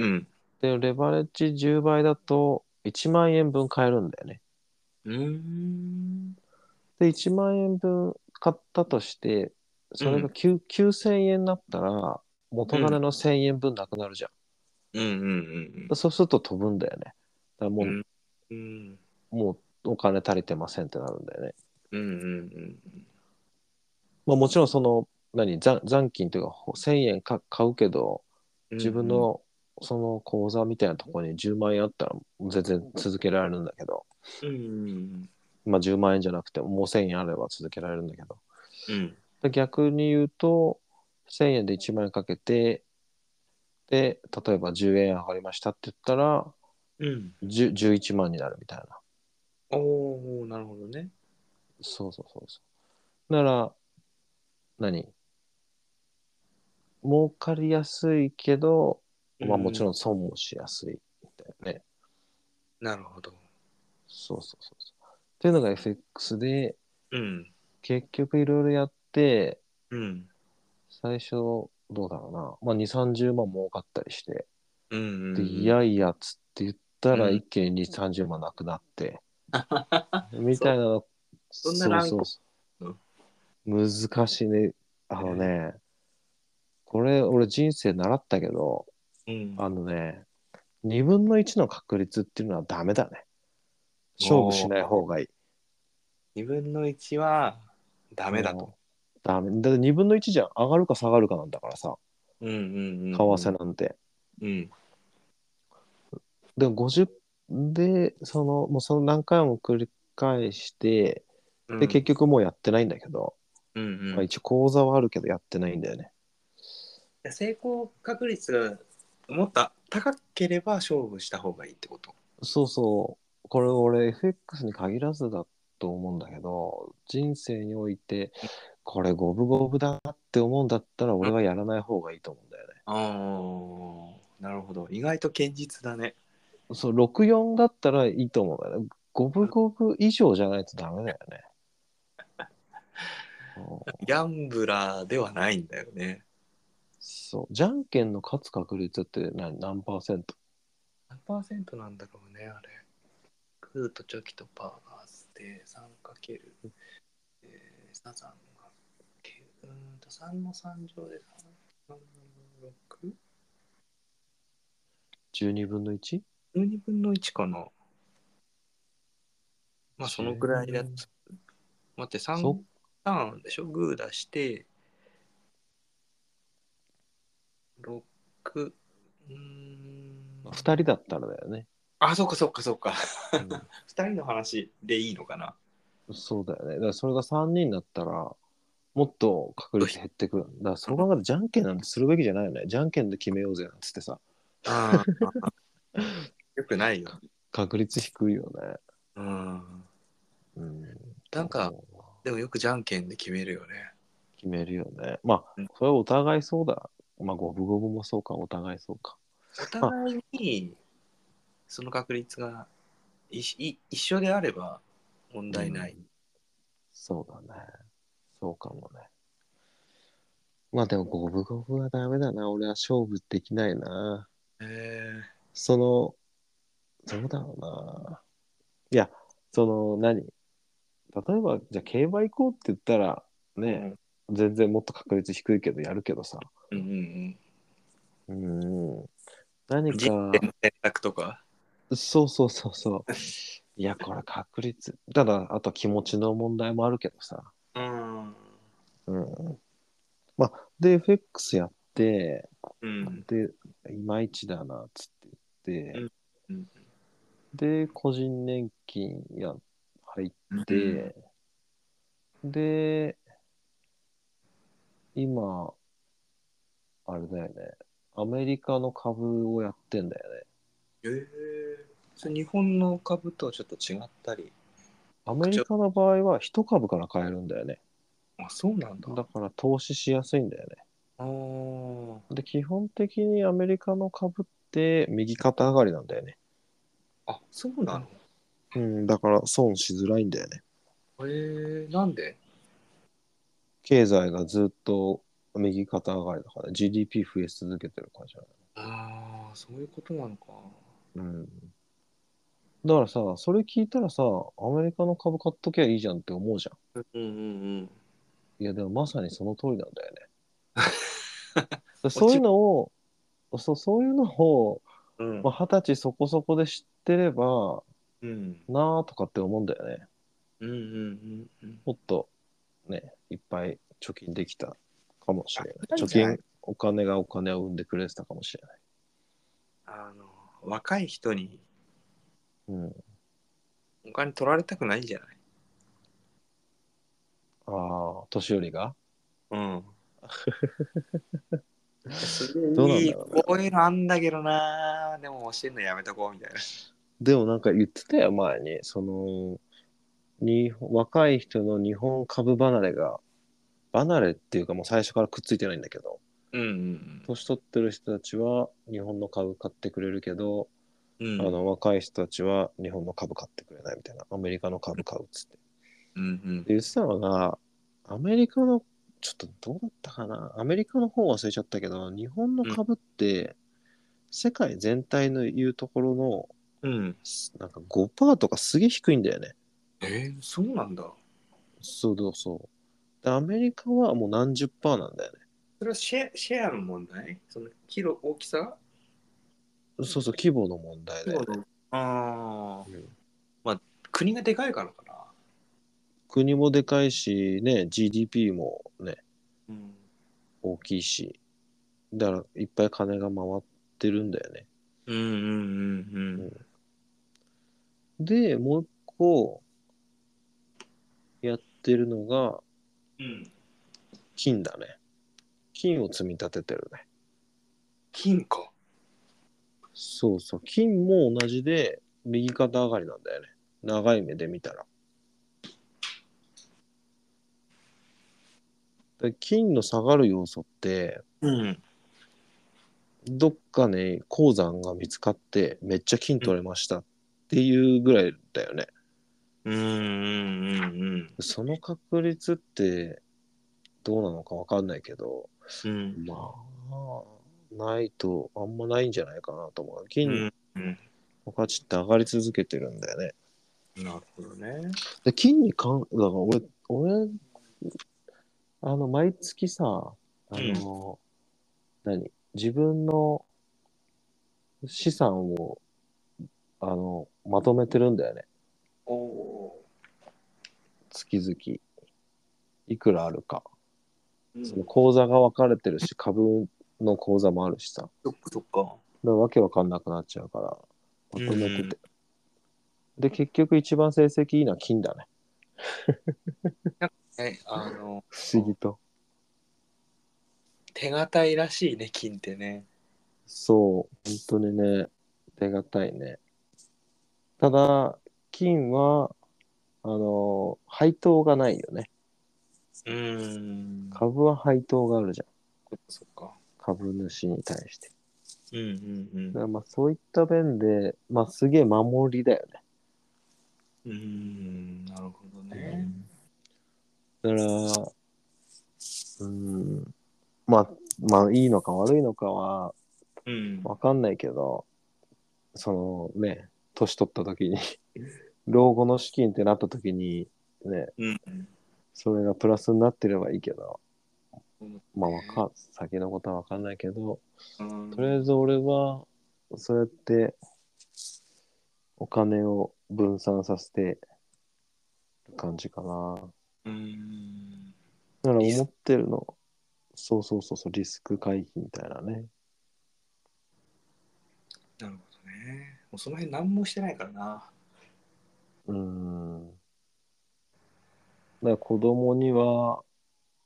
Speaker 2: うん。
Speaker 1: で、レバレッジ10倍だと1万円分買えるんだよね。
Speaker 2: うーん。
Speaker 1: で、1万円分買ったとして、それが9 9000円になったら、元金の1000円分なくなるじゃん。
Speaker 2: うんうんうん
Speaker 1: そうすると飛ぶんだよね。だからもう、
Speaker 2: うんうん。うん
Speaker 1: もうお金足りてませんってなるんだよね。
Speaker 2: うんうん
Speaker 1: まあもちろんその、何、残残金というか、ほ1000円か買うけど、
Speaker 2: うん。
Speaker 1: 自分のその口座みたいなところに10万円あったら全然続けられるんだけど、
Speaker 2: うんうん
Speaker 1: まあ10万円じゃなくてもう1000円あれば続けられるんだけど、
Speaker 2: うん。
Speaker 1: で逆に言うと、1000円で1万円かけて、で、例えば10円上がりましたって言ったら、
Speaker 2: うん。
Speaker 1: 10 11万になるみたいな。
Speaker 2: おおなるほどね。
Speaker 1: そうそうそうそう。なら、何儲かりやすいけど、まあもちろ
Speaker 2: ん。
Speaker 1: ん損もしやすいみたいなね。
Speaker 2: なるほど。
Speaker 1: そうそうそうそう。っていうのが FX で、
Speaker 2: うん。
Speaker 1: 結局いろいろやって、
Speaker 2: うん。
Speaker 1: 最初どうだろうな、まあ2、30万儲かったりして、
Speaker 2: うん。
Speaker 1: でいやいやっつって言ったら
Speaker 2: うん
Speaker 1: 一気に2、30万なくな って、みたいなの、
Speaker 2: そんな乱
Speaker 1: そう
Speaker 2: 高
Speaker 1: そうそう難しいね。あのね、これ俺人生習ったけど、
Speaker 2: うん。
Speaker 1: あのね、2分の1の確率っていうのはダメだね。勝負しない方がいい。
Speaker 2: 二分の一はダメだと。
Speaker 1: ダメ。だって2分の1じゃん。上がるか下がるかなんだからさ、
Speaker 2: うんうん
Speaker 1: 為
Speaker 2: うん。
Speaker 1: 替なんて。
Speaker 2: うん。
Speaker 1: でも50で、その、もうその何回も繰り返して、
Speaker 2: うん。
Speaker 1: で、結局もうやってないんだけど、
Speaker 2: うんうん。
Speaker 1: まあ、一応口座はあるけどやってないんだよね。
Speaker 2: 成功確率がもっと高ければ勝負した方がいいってこと。
Speaker 1: そうそう。これ俺 FX に限らずだと思うんだけど、人生において、これ五分五分だなって思うんだったら俺はやらない方がいいと思うんだよね。
Speaker 2: ああ、なるほど。意外と堅実だね。
Speaker 1: そう、64だったらいいと思うんだよね。五分五分以上じゃないとダメだよ ね。そう
Speaker 2: ギャンブラーではないんだよね。
Speaker 1: そう。じゃんけんの勝つ確率って何何パーセント
Speaker 2: 何パーセントなんだろうね、あれ。グーとチョキとパーがあって、3かける、えー、サザンが、けうーんと3の3乗で3、6?
Speaker 1: ?12 分の 1?
Speaker 2: 12分の1かな。まあ、そのぐらいだ。
Speaker 1: 12
Speaker 2: 待って、3
Speaker 1: そ
Speaker 2: ターンでしょグー出して、6、うーん。
Speaker 1: 2人だったらだよね。
Speaker 2: あ、そっかそっかそっか。
Speaker 1: うん
Speaker 2: 2人の話でいいのかな
Speaker 1: そうだよね。だからそれが3人になったら、もっと確率減ってくる。だからそう考えるとじゃんけんなんてするべきじゃないよね。じゃんけんで決めようぜなんつってさ、
Speaker 2: ああ。よくないよ。
Speaker 1: 確率低いよね。
Speaker 2: うん。
Speaker 1: うん、
Speaker 2: なんか、でもよくじゃんけんで決めるよね。
Speaker 1: 決めるよね。まあ
Speaker 2: うん、
Speaker 1: それはお互いそうだ。まあ、五分五分もそうか、お互いそうか。
Speaker 2: お互いに、その確率がいい一緒であれば問題ない。
Speaker 1: うんそうだね。そうかもね。まあでも五分五分はダメだな。俺は勝負できないな。
Speaker 2: え
Speaker 1: その、どうだろうな。いや、その何、例えば、じゃあ競馬行こうって言ったら、
Speaker 2: え
Speaker 1: ね、全然もっと確率低いけどやるけどさ。
Speaker 2: うんうんうん。
Speaker 1: うん。何
Speaker 2: 人
Speaker 1: か、
Speaker 2: 生の選択とか。
Speaker 1: そうそうそうそう。いや、これ確率。ただ、あと気持ちの問題もあるけどさ。
Speaker 2: うん。
Speaker 1: うん。まあ、で、FX やって、
Speaker 2: うん。
Speaker 1: で、いまいちだな、つって言って、
Speaker 2: うん
Speaker 1: で、個人年金や、入って、で、今、あれだよね、アメリカの株をやってんだよね。
Speaker 2: ええそれ日本の株とはちょっと違ったり。
Speaker 1: アメリカの場合は一株から買えるんだよね。
Speaker 2: あ、そうなんだ。
Speaker 1: だから投資しやすいんだよね。
Speaker 2: あー
Speaker 1: で、基本的にアメリカの株って右肩上がりなんだよね。
Speaker 2: あ、そうなの。
Speaker 1: うん、だから損しづらいんだよね。
Speaker 2: えー、なんで
Speaker 1: 経済がずっと右肩上がりだから、GDP 増え続けてるからじゃない。
Speaker 2: ああ、そういうことなのか。
Speaker 1: うん。だからさ、それ聞いたらさ、アメリカの株買っときゃいいじゃんって思うじゃ
Speaker 2: うんうん
Speaker 1: ん。いや、でもまさにその通りなんだよね。でそういうのを、そうそういうのを、
Speaker 2: うん。うん
Speaker 1: まあ、二十歳そこそこで知ってれば
Speaker 2: うん
Speaker 1: なあとかって思うんだよね。
Speaker 2: うんうんうん。
Speaker 1: もっとね、いっぱい貯金できたかもしれ
Speaker 2: あ
Speaker 1: ない。貯
Speaker 2: な
Speaker 1: 金
Speaker 2: ん、
Speaker 1: お金がお金を生んでくれてたかもしれない。
Speaker 2: あの、若い人に
Speaker 1: うん、
Speaker 2: お金取られたくないんじゃない
Speaker 1: ああ、年寄りが
Speaker 2: うん。す
Speaker 1: どう
Speaker 2: ご
Speaker 1: なん
Speaker 2: いい
Speaker 1: だろうね
Speaker 2: こういうのあんだけどなでも教えるのやめとこうみたいな。
Speaker 1: でもなんか言ってたよ、前に。そのに、若い人の日本株離れが、離れっていうかもう最初からくっついてないんだけど、
Speaker 2: うんうん
Speaker 1: 年取ってる人たちは日本の株買ってくれるけど、
Speaker 2: うん。
Speaker 1: あの若い人たちは日本の株買ってくれないみたいな、アメリカの株買うっつって。
Speaker 2: うんうん
Speaker 1: で言ってたのがアメリカのちょっとどうだったかなアメリカの方忘れちゃったけど日本の株って世界全体の言うところの
Speaker 2: うん。
Speaker 1: すなんか5%とかすげえ低いんだよね
Speaker 2: えー、そうなんだ。
Speaker 1: そうそうそうでアメリカはもう何十パーなんだよね
Speaker 2: それはシェアシェアの問題その、キロ、大きさ
Speaker 1: そうそう規模の問題で、
Speaker 2: ああ、
Speaker 1: うん
Speaker 2: 国がでかいからかな。
Speaker 1: 国もでかいしね GDP もね
Speaker 2: うん。
Speaker 1: 大きいしだからいっぱい金が回ってるんだよね
Speaker 2: うんうんうん
Speaker 1: でもう一個やってるのが
Speaker 2: うん。うん、
Speaker 1: 金だね。金を積み立ててるね。
Speaker 2: 金か。
Speaker 1: そうそう。金も同じで、右肩上がりなんだよね。長い目で見たら。で金の下がる要素って、
Speaker 2: うん。
Speaker 1: どっかね、鉱山が見つかって、めっちゃ金取れましたっていうぐらいだよね。
Speaker 2: うんうんうん
Speaker 1: その確率って、どうなのかわかんないけど、
Speaker 2: うん。
Speaker 1: まあ、ないと、あんまないんじゃないかなと思う。金、
Speaker 2: うんうん。
Speaker 1: の価値って上がり続けてるんだよね。
Speaker 2: なるほどね。
Speaker 1: で、金に関、だから俺、俺、あの、毎月さ、あの、何自分の資産を、あの、まとめてるんだよね。
Speaker 2: おお
Speaker 1: 月々。いくらあるか。
Speaker 2: ー。
Speaker 1: その口座が分かれてるし、株の口座もあるしさ。だか
Speaker 2: そっかそっから
Speaker 1: わけわかんなくなっちゃうから、まとめて
Speaker 2: うん
Speaker 1: て。で、結局一番成績いいのは金だね。
Speaker 2: ね、あの、
Speaker 1: 不思議と。
Speaker 2: 手堅いらしいね、金ってね。
Speaker 1: そう、本当にね、手堅いね。ただ、金は、あの、配当がないよね。
Speaker 2: うーん。
Speaker 1: 株は配当があるじゃん。
Speaker 2: そっか。
Speaker 1: 株主に対して。
Speaker 2: うんうん
Speaker 1: だからまあそういった面で、まあすげえ守りだよね。
Speaker 2: うん。うーん、なるほどね。
Speaker 1: だから、うん、まあ、まあいいのか悪いのかは
Speaker 2: うん。
Speaker 1: わかんないけど、そのね、年取った時に、 老後の資金ってなった時に、ね、
Speaker 2: うん。
Speaker 1: それがプラスになってればいいけど、
Speaker 2: うん
Speaker 1: まあわかん、先のことはわかんないけど、
Speaker 2: うん
Speaker 1: とりあえず俺は、そうやって、お金を分散させてる感じかな。
Speaker 2: うん。
Speaker 1: だから
Speaker 2: リス
Speaker 1: 思ってるの、そうそうそうそう、リスク回避みたいなね。
Speaker 2: なるほどね。もうその辺何もしてないからな。
Speaker 1: うーん。だから子供には、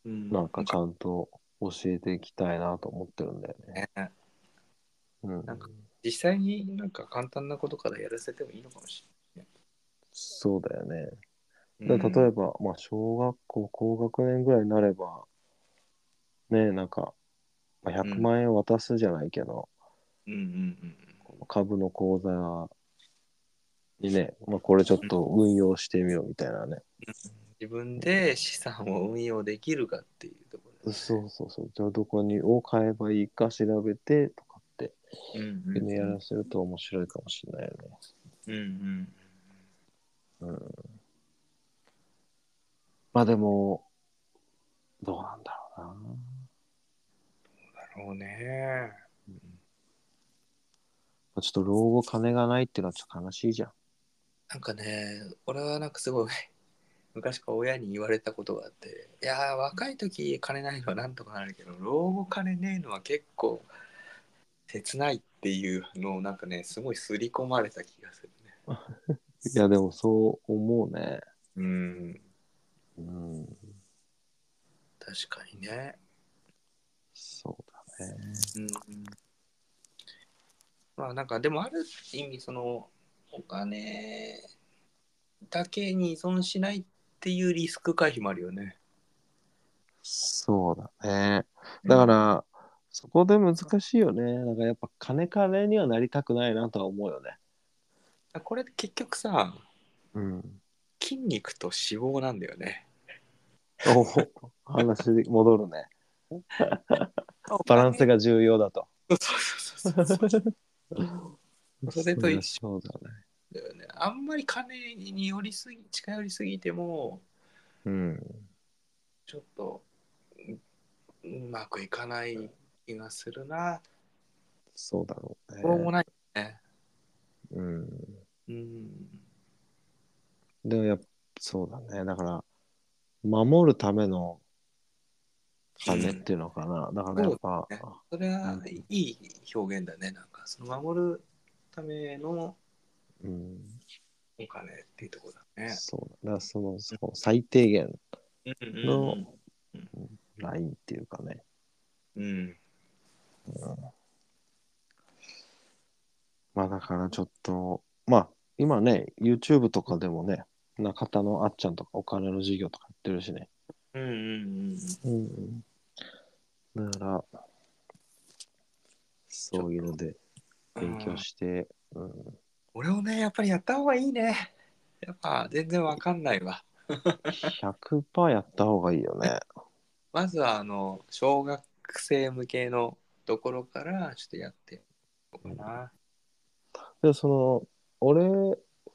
Speaker 2: うん。
Speaker 1: なんかちゃんと教えていきたいなと思ってるんだよね。
Speaker 2: ね。
Speaker 1: うん
Speaker 2: なん。か実際になんか簡単なことからやらせてもいいのかもし
Speaker 1: そうだよね。
Speaker 2: れな
Speaker 1: だ
Speaker 2: い。
Speaker 1: から例えば、まあ、小学校高学年ぐらいになればねなんか、まあ、100万円渡すじゃないけど、
Speaker 2: うんうん
Speaker 1: 株の口座にね、まあ、これちょっと運用してみようみたいなね、
Speaker 2: 自分で資産を運用できるかっていうところです
Speaker 1: そうそうそうじゃあどこにを買えばいいか調べてとかって、
Speaker 2: うんうん
Speaker 1: ね、やらせると面白いかもしれないよね、
Speaker 2: うんう
Speaker 1: う
Speaker 2: ん
Speaker 1: ん、まあでもどうなんだろうな
Speaker 2: だろうね
Speaker 1: まあちょっと老後金がないっていうのはちょっと悲しいじゃん
Speaker 2: なんかね俺はなんかすごい昔から親に言われたことがあっていやー若い時金ないのはなんとかなるけど老後金ねえのは結構切ないっていうのをなんかねすごい刷り込まれた気がするね
Speaker 1: いや、でもそう思うね。
Speaker 2: うん
Speaker 1: うん。
Speaker 2: 確かにね
Speaker 1: そうだね。
Speaker 2: うんまあなんかでもある意味そのお金だけに依存しないっていうリスク回避もあるよね。
Speaker 1: そうだね。だから、そこで難しいよね。なんかやっぱ金金にはなりたくないなとは思うよね。
Speaker 2: らこれ結局さ
Speaker 1: うん。
Speaker 2: 筋肉と脂肪なんだよね。
Speaker 1: お話に戻るね。バランスが重要だと。
Speaker 2: そうそうそうそうそれと一
Speaker 1: 緒。そうだね。
Speaker 2: だよね。あんまり金に寄りすぎ近寄りすぎても
Speaker 1: うん。
Speaker 2: ちょっとうんうまくいかない気がするな。
Speaker 1: そうだろうね。
Speaker 2: これもないね。
Speaker 1: うん。
Speaker 2: うん。
Speaker 1: でもやっぱ、そうだね。だから、守るための金っていうのかな。だからやっぱ、
Speaker 2: そうだねそれはいい表現だね。なんか、その守るための
Speaker 1: うん。
Speaker 2: お金っていうところだね。
Speaker 1: そうだからそのその最低限
Speaker 2: うん
Speaker 1: んのラインっていうかね、
Speaker 2: うん。
Speaker 1: まあだからちょっとまあ今ね YouTube とかでもね中田のあっちゃんとかお金の授業とかやってるしね、
Speaker 2: うんうん
Speaker 1: うんだからそういうので
Speaker 2: う
Speaker 1: 勉。
Speaker 2: ん
Speaker 1: 強して、うん
Speaker 2: 俺をね、やっぱりやった方がいいね。やっぱ全然わかんないわ。
Speaker 1: 100%やった方がいいよね
Speaker 2: まずは、あの、小学生向けのところから、ちょっとやっていこうかな。
Speaker 1: でその俺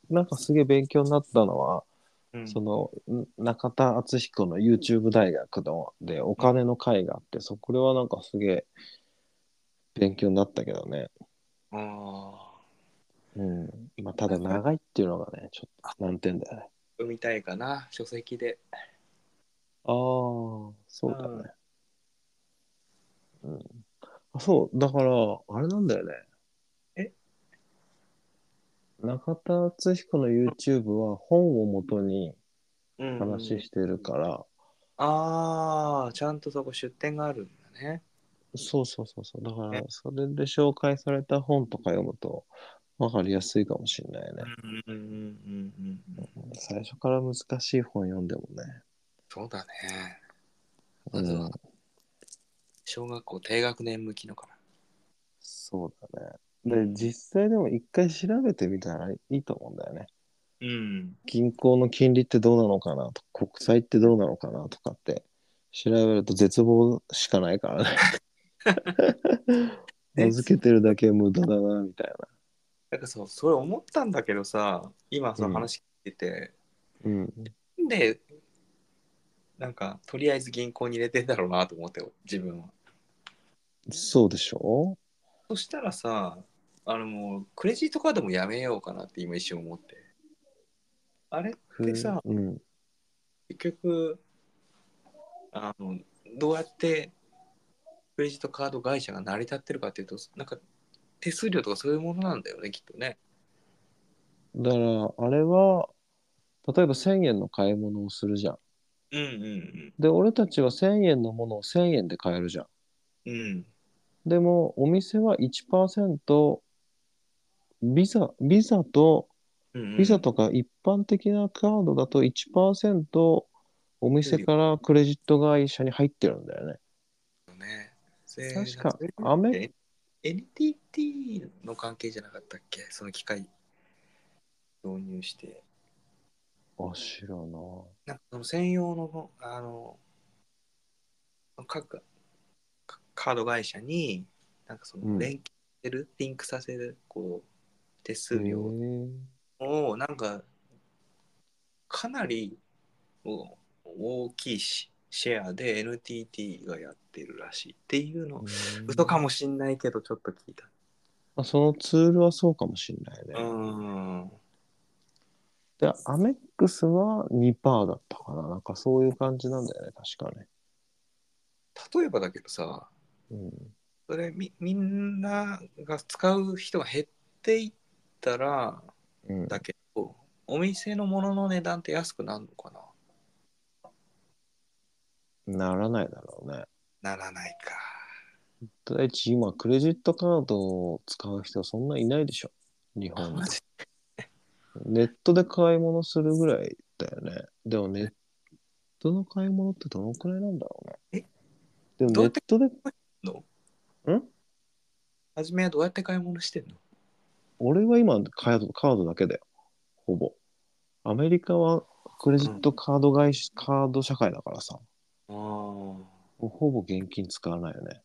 Speaker 1: なんかすげえ勉強になったのは
Speaker 2: うん。
Speaker 1: そのん中田敦彦の YouTube 大学のでお金の会があってそこれはなんかすげえ勉強になったけどね、
Speaker 2: あ
Speaker 1: うんまあ、ただ長いっていうのがねちょっと難点だよね
Speaker 2: あ、読みたいかな、書籍で。
Speaker 1: ああそうだねうんあそうだからあれなんだよね
Speaker 2: え
Speaker 1: 中田敦彦の YouTube は本をもとに
Speaker 2: うん
Speaker 1: 話してるから、
Speaker 2: ああ、ちゃんとそこ出店があるんだね。
Speaker 1: そうそうそうそう。だから、それで紹介された本とか読むと、わかりやすいかもしれないね。
Speaker 2: うんうんうんうんうん。
Speaker 1: 最初から難しい本読んでもね。
Speaker 2: そうだね。
Speaker 1: う
Speaker 2: まずは
Speaker 1: ん、
Speaker 2: 小学校低学年向きのかな。
Speaker 1: そうだね。で、実際でも一回調べてみたらいいと思うんだよね。
Speaker 2: うん。
Speaker 1: 銀行の金利ってどうなのかなとか、国債ってどうなのかなとかって、調べると絶望しかないから ね。 名付けてるだけ無駄だな、みたい
Speaker 2: なんかそう、それ思ったんだけどさ、今その話聞いてて、
Speaker 1: な。うん。
Speaker 2: なんで、なんか、とりあえず銀行に入れてんだろうなと思って、自分は。
Speaker 1: そうでしょ
Speaker 2: そしたらさ、あのもう、クレジットカードもやめようかなって今一瞬思って。あれってさ、
Speaker 1: うん。
Speaker 2: 結局、あの、どうやってクレジットカード会社が成り立ってるかっていうと、なんか、手数料とかそういうものなんだよね、きっとね。
Speaker 1: だから、あれは、例えば1000円の買い物をするじゃん。
Speaker 2: うんうん
Speaker 1: で、俺たちは1000円のものを1000円で買えるじゃん。
Speaker 2: うん。うん。
Speaker 1: でも、お店は1%、ビザ、ビザと、
Speaker 2: うんうん、
Speaker 1: ビザとか一般的なカードだと1%お店からクレジット会社に入ってるんだよね。
Speaker 2: ね。せ
Speaker 1: 確か
Speaker 2: それ
Speaker 1: アメ
Speaker 2: え NTT の関係じゃなかったっけその機械導入して。
Speaker 1: あ、知らな
Speaker 2: なんかその専用の、あの、各かカード会社に、なんかそ
Speaker 1: うん
Speaker 2: の連携してる、リンクさせる、こう、手数
Speaker 1: い。
Speaker 2: 料を、なんか、かなりお大きいしシェアで NTT がやってるらしいっていうのを嘘か
Speaker 1: も。
Speaker 2: もしんないけど、ちょっと聞いた。
Speaker 1: あそのツールはそうかもしれないうね。
Speaker 2: ん。
Speaker 1: で、アメックスは2%だったかな。なんかそういう感じなんだよね、確かね。
Speaker 2: 例えばだけどさ、
Speaker 1: うん、
Speaker 2: それみみんなが使う人が減っていったら、
Speaker 1: うん、
Speaker 2: だけど、お店のものの値段って安くなるのか
Speaker 1: ならないだろうね。
Speaker 2: なならないか。
Speaker 1: 第一、今、クレジットカードを使う人はそんないないでしょ。日本
Speaker 2: マ
Speaker 1: は
Speaker 2: ジ
Speaker 1: ネットで買い物するぐらいだよね。でもネットの買い物ってどのくらいなんだろうね。えでも
Speaker 2: ど
Speaker 1: ネ
Speaker 2: うや
Speaker 1: ッ
Speaker 2: って
Speaker 1: トで、
Speaker 2: の
Speaker 1: ん
Speaker 2: 初めはどうやって買い物してんの
Speaker 1: 俺は今カード、カードだけだよ。ほぼ。アメリカはクレジットカード会社、カード社会だからさ、
Speaker 2: あ
Speaker 1: もうほぼ現金使わないよね。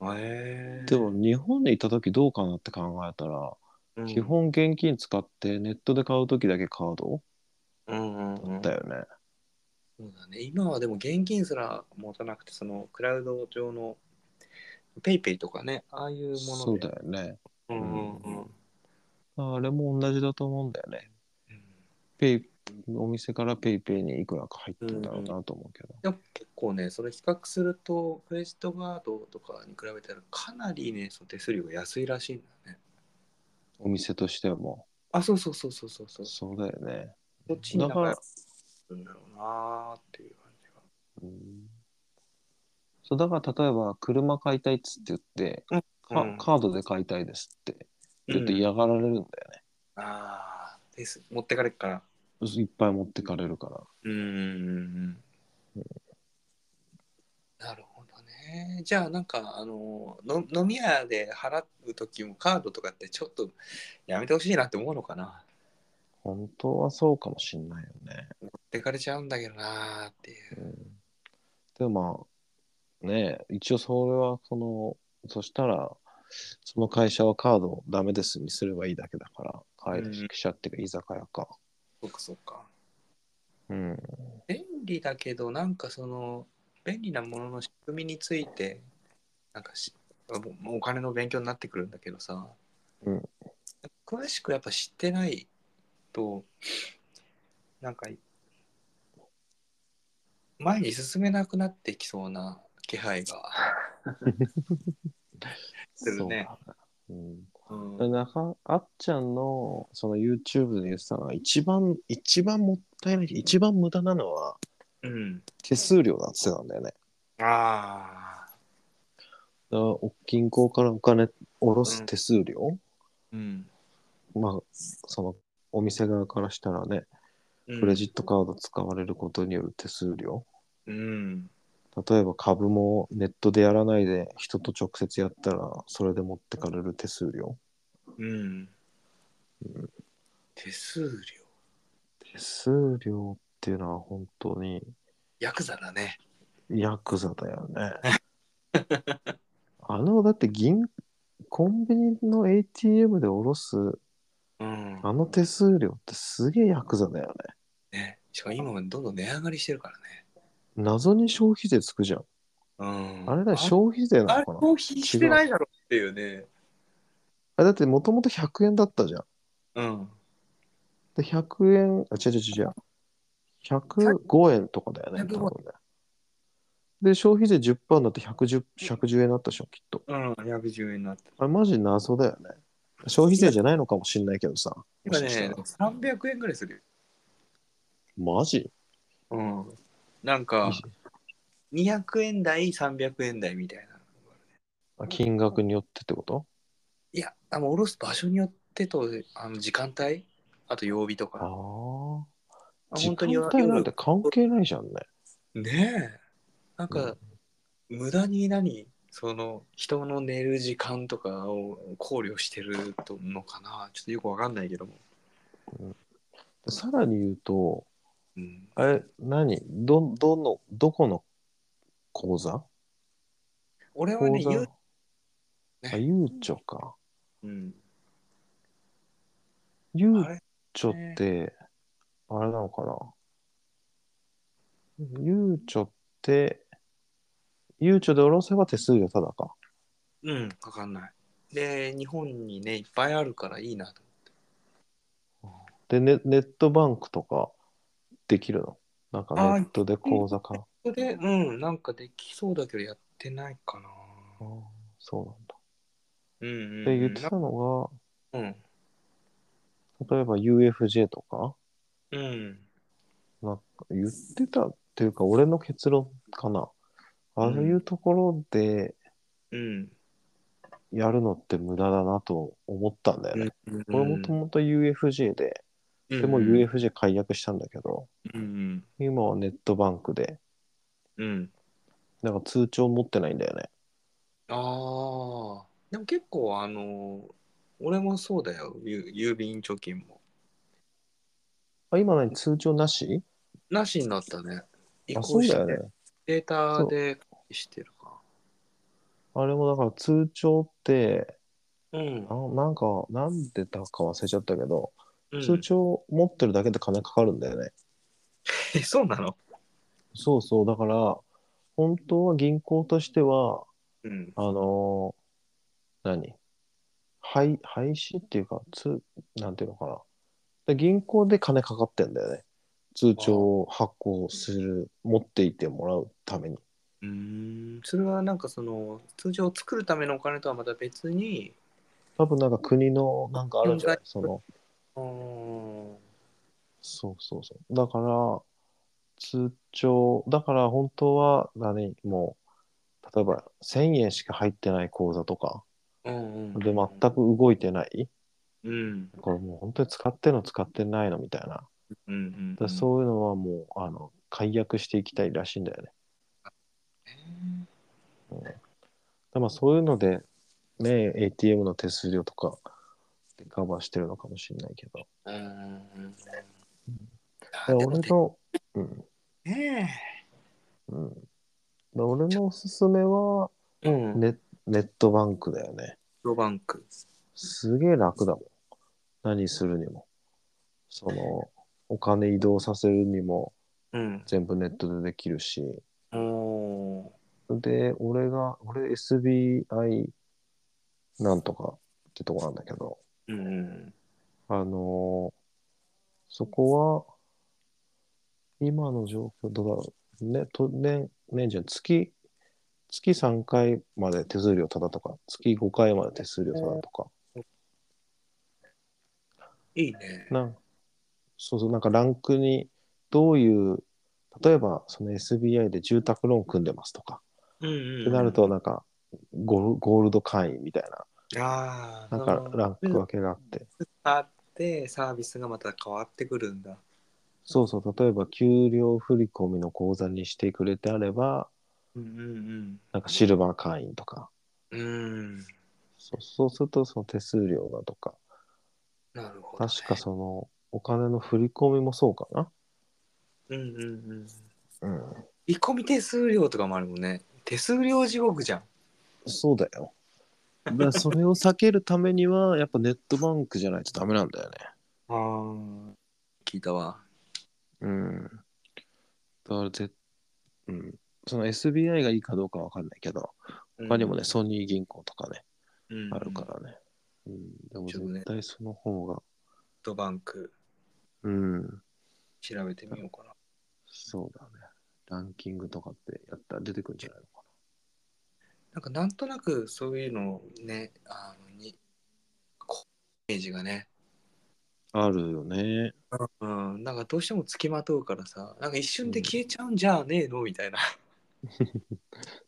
Speaker 2: あ。ええ
Speaker 1: でも日本にいた時どうかなって考えたら、
Speaker 2: うん
Speaker 1: 基本現金使ってネットで買う時だけカード
Speaker 2: うんうんうん
Speaker 1: だよね。
Speaker 2: そうだね、今はでも現金すら持たなくて、そのクラウド上のペイペイとかね、ああいうもので。
Speaker 1: そうだよね。
Speaker 2: うんうんうん
Speaker 1: あれも同じだと思うんだよね。ペイお店からペイペイにいくらか入ってんだろうなと思うけど、
Speaker 2: でも結構ね、それ比較すると、クレジットカードとかに比べたら、かなりね、その手数料が安いらしいんだね。
Speaker 1: お店としても
Speaker 2: あ、そうそうそうそうそうそう。そ
Speaker 1: そうだよね
Speaker 2: っちに
Speaker 1: だから
Speaker 2: 流れるんだろうなーっていう感じが。
Speaker 1: うんそうだから例えば車買いたいっつって言って、か
Speaker 2: うん
Speaker 1: カードで買いたいですってちょっと
Speaker 2: うん
Speaker 1: 嫌がられるんだよね、
Speaker 2: ああ、です。持ってかれっから。
Speaker 1: いっぱい持ってかれるから
Speaker 2: うんうんうん。なるほどね。じゃあ、なんか、あの、の飲み屋で払う時もカードとかってちょっとやめてほしいなって思うのかな。
Speaker 1: 本当はそうかもしんないよね、
Speaker 2: 持ってかれちゃうんだけどなーっていう。
Speaker 1: うんでもまあねえ一応それはそのそしたらその会社はカードをダメですにすればいいだけだから会社っていうか居酒屋か、
Speaker 2: そうか、そうか。
Speaker 1: うん、
Speaker 2: 便利だけどなんかその便利なものの仕組みについてなんかしもうお金の勉強になってくるんだけどさ、
Speaker 1: うん
Speaker 2: 詳しくやっぱ知ってないとなんか前に進めなくなってきそうな気配が、す
Speaker 1: そ
Speaker 2: るね
Speaker 1: うだね
Speaker 2: うん
Speaker 1: うん、なかあっちゃんのその YouTube で言ってたのは一番一番もったいない一番無駄なのは
Speaker 2: うん。
Speaker 1: 手数料だって言ってたんだよね。
Speaker 2: ああ。
Speaker 1: だから銀行からお金下ろす手数料、
Speaker 2: うん。
Speaker 1: まあ、そのお店側からしたらね、クレジットカード使われることによる手数料。
Speaker 2: うん。
Speaker 1: 例えば株もネットでやらないで人と直接やったらそれで持ってかれる手数料
Speaker 2: うん。手数料。
Speaker 1: 手数料っていうのは本当に
Speaker 2: ヤクザだね。
Speaker 1: ヤクザだよ ねあのだって銀コンビニの ATM で下ろす
Speaker 2: うん。
Speaker 1: あの手数料ってすげえヤクザだよね
Speaker 2: ね。しかも今はどんどん値上がりしてるからね。
Speaker 1: 謎に消費税つくじゃん
Speaker 2: うん。
Speaker 1: あれだよ消費税
Speaker 2: あ
Speaker 1: な
Speaker 2: れ
Speaker 1: のかな
Speaker 2: 消費してないだろっていうね。
Speaker 1: あれだってもともと100円だったじゃん
Speaker 2: うん。
Speaker 1: で100円、あ、違う違う違う。105円とかだよね。
Speaker 2: 105
Speaker 1: 多分ねで、消費税10%になって110、110円になったでしょ、きっと。
Speaker 2: うん。110円になった。
Speaker 1: あれ、マジ謎だよね。消費税じゃないのかもしんないけどさ。も
Speaker 2: 今
Speaker 1: しかし
Speaker 2: ね
Speaker 1: たら、
Speaker 2: 300円ぐらいするよ。
Speaker 1: マジ
Speaker 2: うん。なんか、200円台、300円台みたいな。
Speaker 1: 金額によってってこと
Speaker 2: いや、あの、おろす場所によってと、あの、時間帯、あと曜日と
Speaker 1: あ
Speaker 2: か。
Speaker 1: あ。
Speaker 2: あ
Speaker 1: 時
Speaker 2: 本当に
Speaker 1: 間帯なんて関係ないじゃんね。
Speaker 2: ねえ。なん
Speaker 1: う
Speaker 2: か、無駄に何、その、人の寝る時間とかを考慮してるのかな。ちょっとよくわかんないけども。
Speaker 1: さらに言うと、
Speaker 2: うん。
Speaker 1: あれ、何ど、どの、どこの口座
Speaker 2: 俺は
Speaker 1: 口
Speaker 2: ね、
Speaker 1: 座
Speaker 2: ゆう、
Speaker 1: あ、ゆうちょか。
Speaker 2: うん。
Speaker 1: ゆう
Speaker 2: あれ
Speaker 1: ゆうちょって、あれなのかなゆうちょって、ゆうちょで下ろせば手数料ただか。
Speaker 2: うん、わかんない。で、日本にね、いっぱいあるからいいなと。
Speaker 1: で、ネネットバンクとかできるのなんかネットで口座か。
Speaker 2: それで、うん、なんかできそうだけど、やってないかな。
Speaker 1: あそうなんだ。
Speaker 2: うんうん、うん。
Speaker 1: で、言ってたの
Speaker 2: うん。
Speaker 1: が、例えば UFJ とか、
Speaker 2: うん。
Speaker 1: 言ってたっていうか、俺の結論かな。ああいうところで
Speaker 2: うん。
Speaker 1: やるのって無駄だなと思ったんだよね。
Speaker 2: うん
Speaker 1: 俺もともと UFJ で、でも UFJ 解約したんだけど、
Speaker 2: うん
Speaker 1: 今はネットバンクで、
Speaker 2: うん。うん。
Speaker 1: なんか通帳持ってないんだよね。
Speaker 2: ああ。でも結構、あの、俺もそうだよ。ゆ郵便貯金も。
Speaker 1: あ今何通帳なし
Speaker 2: なしになったね。移
Speaker 1: あ、そ
Speaker 2: 行
Speaker 1: う
Speaker 2: して
Speaker 1: だよね。
Speaker 2: データでしてるか。
Speaker 1: あれもだから通帳って、
Speaker 2: うん
Speaker 1: な。なんか、なんでだか忘れちゃったけど、
Speaker 2: うん
Speaker 1: 通帳持ってるだけで金かかるんだよね。
Speaker 2: え、 そうなの
Speaker 1: そうそう、だから、本当は銀行としては、
Speaker 2: うん。
Speaker 1: あのー何廃廃止っていうか、つなんていうのかな。で銀行で金かかってんだよね。通帳を発行する、持っていてもらうために。
Speaker 2: うーん。それはなんかその、通常作るためのお金とはまた別に、
Speaker 1: 多分なんか国のなんかあるんじゃない
Speaker 2: うん
Speaker 1: その、
Speaker 2: うーん。
Speaker 1: そうそうそう。だから、通帳、だから本当は何、もう、例えば1000円しか入ってない口座とか、
Speaker 2: うんうん。
Speaker 1: で、全く動いてない。
Speaker 2: うん。
Speaker 1: これもう本当に使ってんの使ってないのみたいな。
Speaker 2: うんうん。
Speaker 1: だから
Speaker 2: うん。
Speaker 1: そういうのはもう、あの、解約していきたいらしいんだよね。うん、だからまあそういうので、ね、ATM の手数料とかでカバーしてるのかもしれないけど。
Speaker 2: うんうん
Speaker 1: だから
Speaker 2: うん。
Speaker 1: 俺の、うん、
Speaker 2: ね
Speaker 1: うん。だから俺のおすすめは
Speaker 2: え。うん。ネッ
Speaker 1: ネ、ネットバンクだよね。
Speaker 2: トバンク。
Speaker 1: すげえ楽だもん。何するにも。その、お金移動させるにも
Speaker 2: うん。
Speaker 1: 全部ネットでできるし。
Speaker 2: おー
Speaker 1: で、俺が、俺 SBI なんとかってとこなんだけど、
Speaker 2: うん。
Speaker 1: あのーそこは、今の状況、どうだろう。ね、と年、年じゃん月、月3回まで手数料ただとか、月5回まで手数料ただとか、
Speaker 2: いいね。
Speaker 1: なんそうそう、なんかランクに、どういう、例えば、その SBI で住宅ローン組んでますとか、
Speaker 2: うんうんうん
Speaker 1: ってなると、なんかゴル、ゴールド会員みたい
Speaker 2: ああ、
Speaker 1: な、なんかランク分けがあって、
Speaker 2: あって、サービスがまた変わってくるんだ。
Speaker 1: そうそう、例えば、給料振り込みの口座にしてくれてあれば、
Speaker 2: うんうん
Speaker 1: なんかシルバー会員とか、
Speaker 2: うん。うん。
Speaker 1: そうそうすると、その手数料だとか、
Speaker 2: なるほど、ね。
Speaker 1: 確かその、お金の振り込みもそうかな。
Speaker 2: うんうんうん。
Speaker 1: うん。
Speaker 2: 見込み手数料とかもあるもんね。手数料地獄じゃん。
Speaker 1: そうだよ。だからそれを避けるためには、や っぱネットバンクじゃないとダメなんだよね。
Speaker 2: ああ。聞いたわ。
Speaker 1: うん。だからぜ、うん。その SBI がいいかどうかわかんないけど、他にもね、ソニー銀行とかね、
Speaker 2: うん、。
Speaker 1: あるかららね。うん。でも
Speaker 2: ちょっとね
Speaker 1: 絶対その方が、
Speaker 2: ネットバンク
Speaker 1: うん。
Speaker 2: 調べてみようかな。
Speaker 1: そうだね。ランキングとかってやったら出てくるんじゃないのか
Speaker 2: なんかなんとなくそういうのをね、あのに、こイメージがね、
Speaker 1: な。あるよね。
Speaker 2: うん、なんかどうしてもつきまとうからさ、なんか一瞬で消えちゃうんじゃねえのみたいな。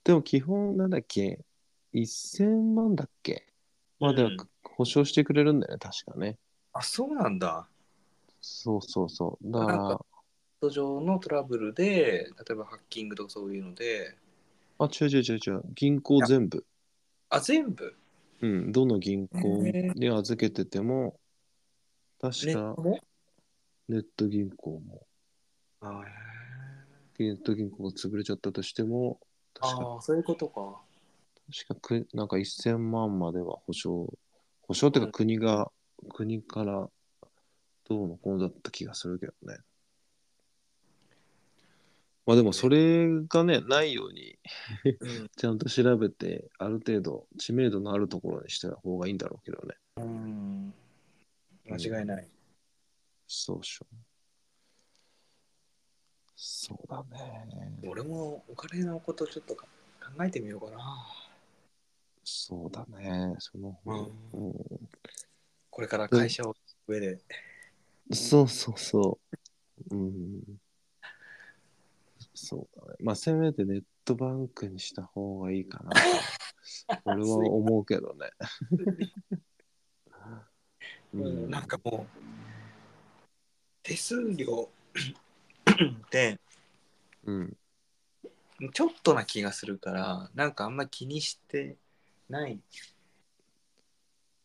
Speaker 1: でも基本なんだっけ、1000万だっけまでは
Speaker 2: うん
Speaker 1: 保証してくれるんだよね、確かね。
Speaker 2: あ、そうなんだ。
Speaker 1: そうそうそう。だか
Speaker 2: なん
Speaker 1: ら、
Speaker 2: ネット上のトラブルで、例えばハッキングとかそういうので、
Speaker 1: あ、違う違う違う違う。銀行全部。
Speaker 2: あ、全部
Speaker 1: うん、どの銀行
Speaker 2: へ
Speaker 1: で預けてても、
Speaker 2: ネ
Speaker 1: 確
Speaker 2: ッ
Speaker 1: か
Speaker 2: トも
Speaker 1: ネット銀行も、
Speaker 2: あ
Speaker 1: ネット銀行が潰れちゃったとしても、
Speaker 2: あ
Speaker 1: 確か、
Speaker 2: ー、そういうことか。
Speaker 1: 確かく、なんか1000万までは保証、保証っていうか国が、国からどうのこうのだった気がするけどね。まあでもそれがね、ないように、
Speaker 2: うん
Speaker 1: ちゃんと調べて、ある程度知名度のあるところにした方がいいんだろうけどね。
Speaker 2: うん。間違いない。
Speaker 1: そうしょ。そうだね。
Speaker 2: 俺もお金のことちょっと考えてみようかな。
Speaker 1: そうだね。その方、
Speaker 2: う
Speaker 1: うん
Speaker 2: これから会社を上で。
Speaker 1: そうそうそう。うん。そうだね。まあ、せめてネットバンクにした方がいいかな。俺は思うけどね。
Speaker 2: うんなんかもう、手数料 って、
Speaker 1: うん。
Speaker 2: ちょっとな気がするから、なんかあんま気にしてない。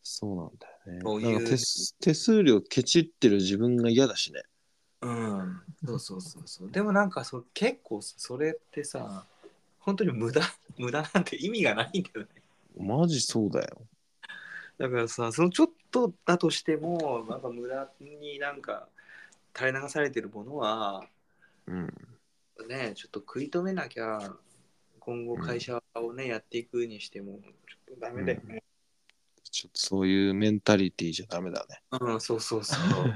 Speaker 1: そうなんだ
Speaker 2: そ
Speaker 1: よ
Speaker 2: う
Speaker 1: ね。
Speaker 2: い
Speaker 1: な
Speaker 2: う
Speaker 1: んか手す手数料ケチってる自分が嫌だしね。
Speaker 2: うん。そうそうそうそう。でもなんかそう結構それってさ、本当に無駄、 無駄なんて意味がないんだよね。
Speaker 1: マジそうだよ。
Speaker 2: だからさ、そのちょっとだとしても、なんか無駄になんか垂れ流されてるものは、
Speaker 1: うん。
Speaker 2: ね、ちょっと食い止めなきゃ、今後会社をね、やっていくにしても、ちょっとダメだよね。
Speaker 1: ちょっとそういうメンタリティじゃダメだね。
Speaker 2: うん、そうそうそう。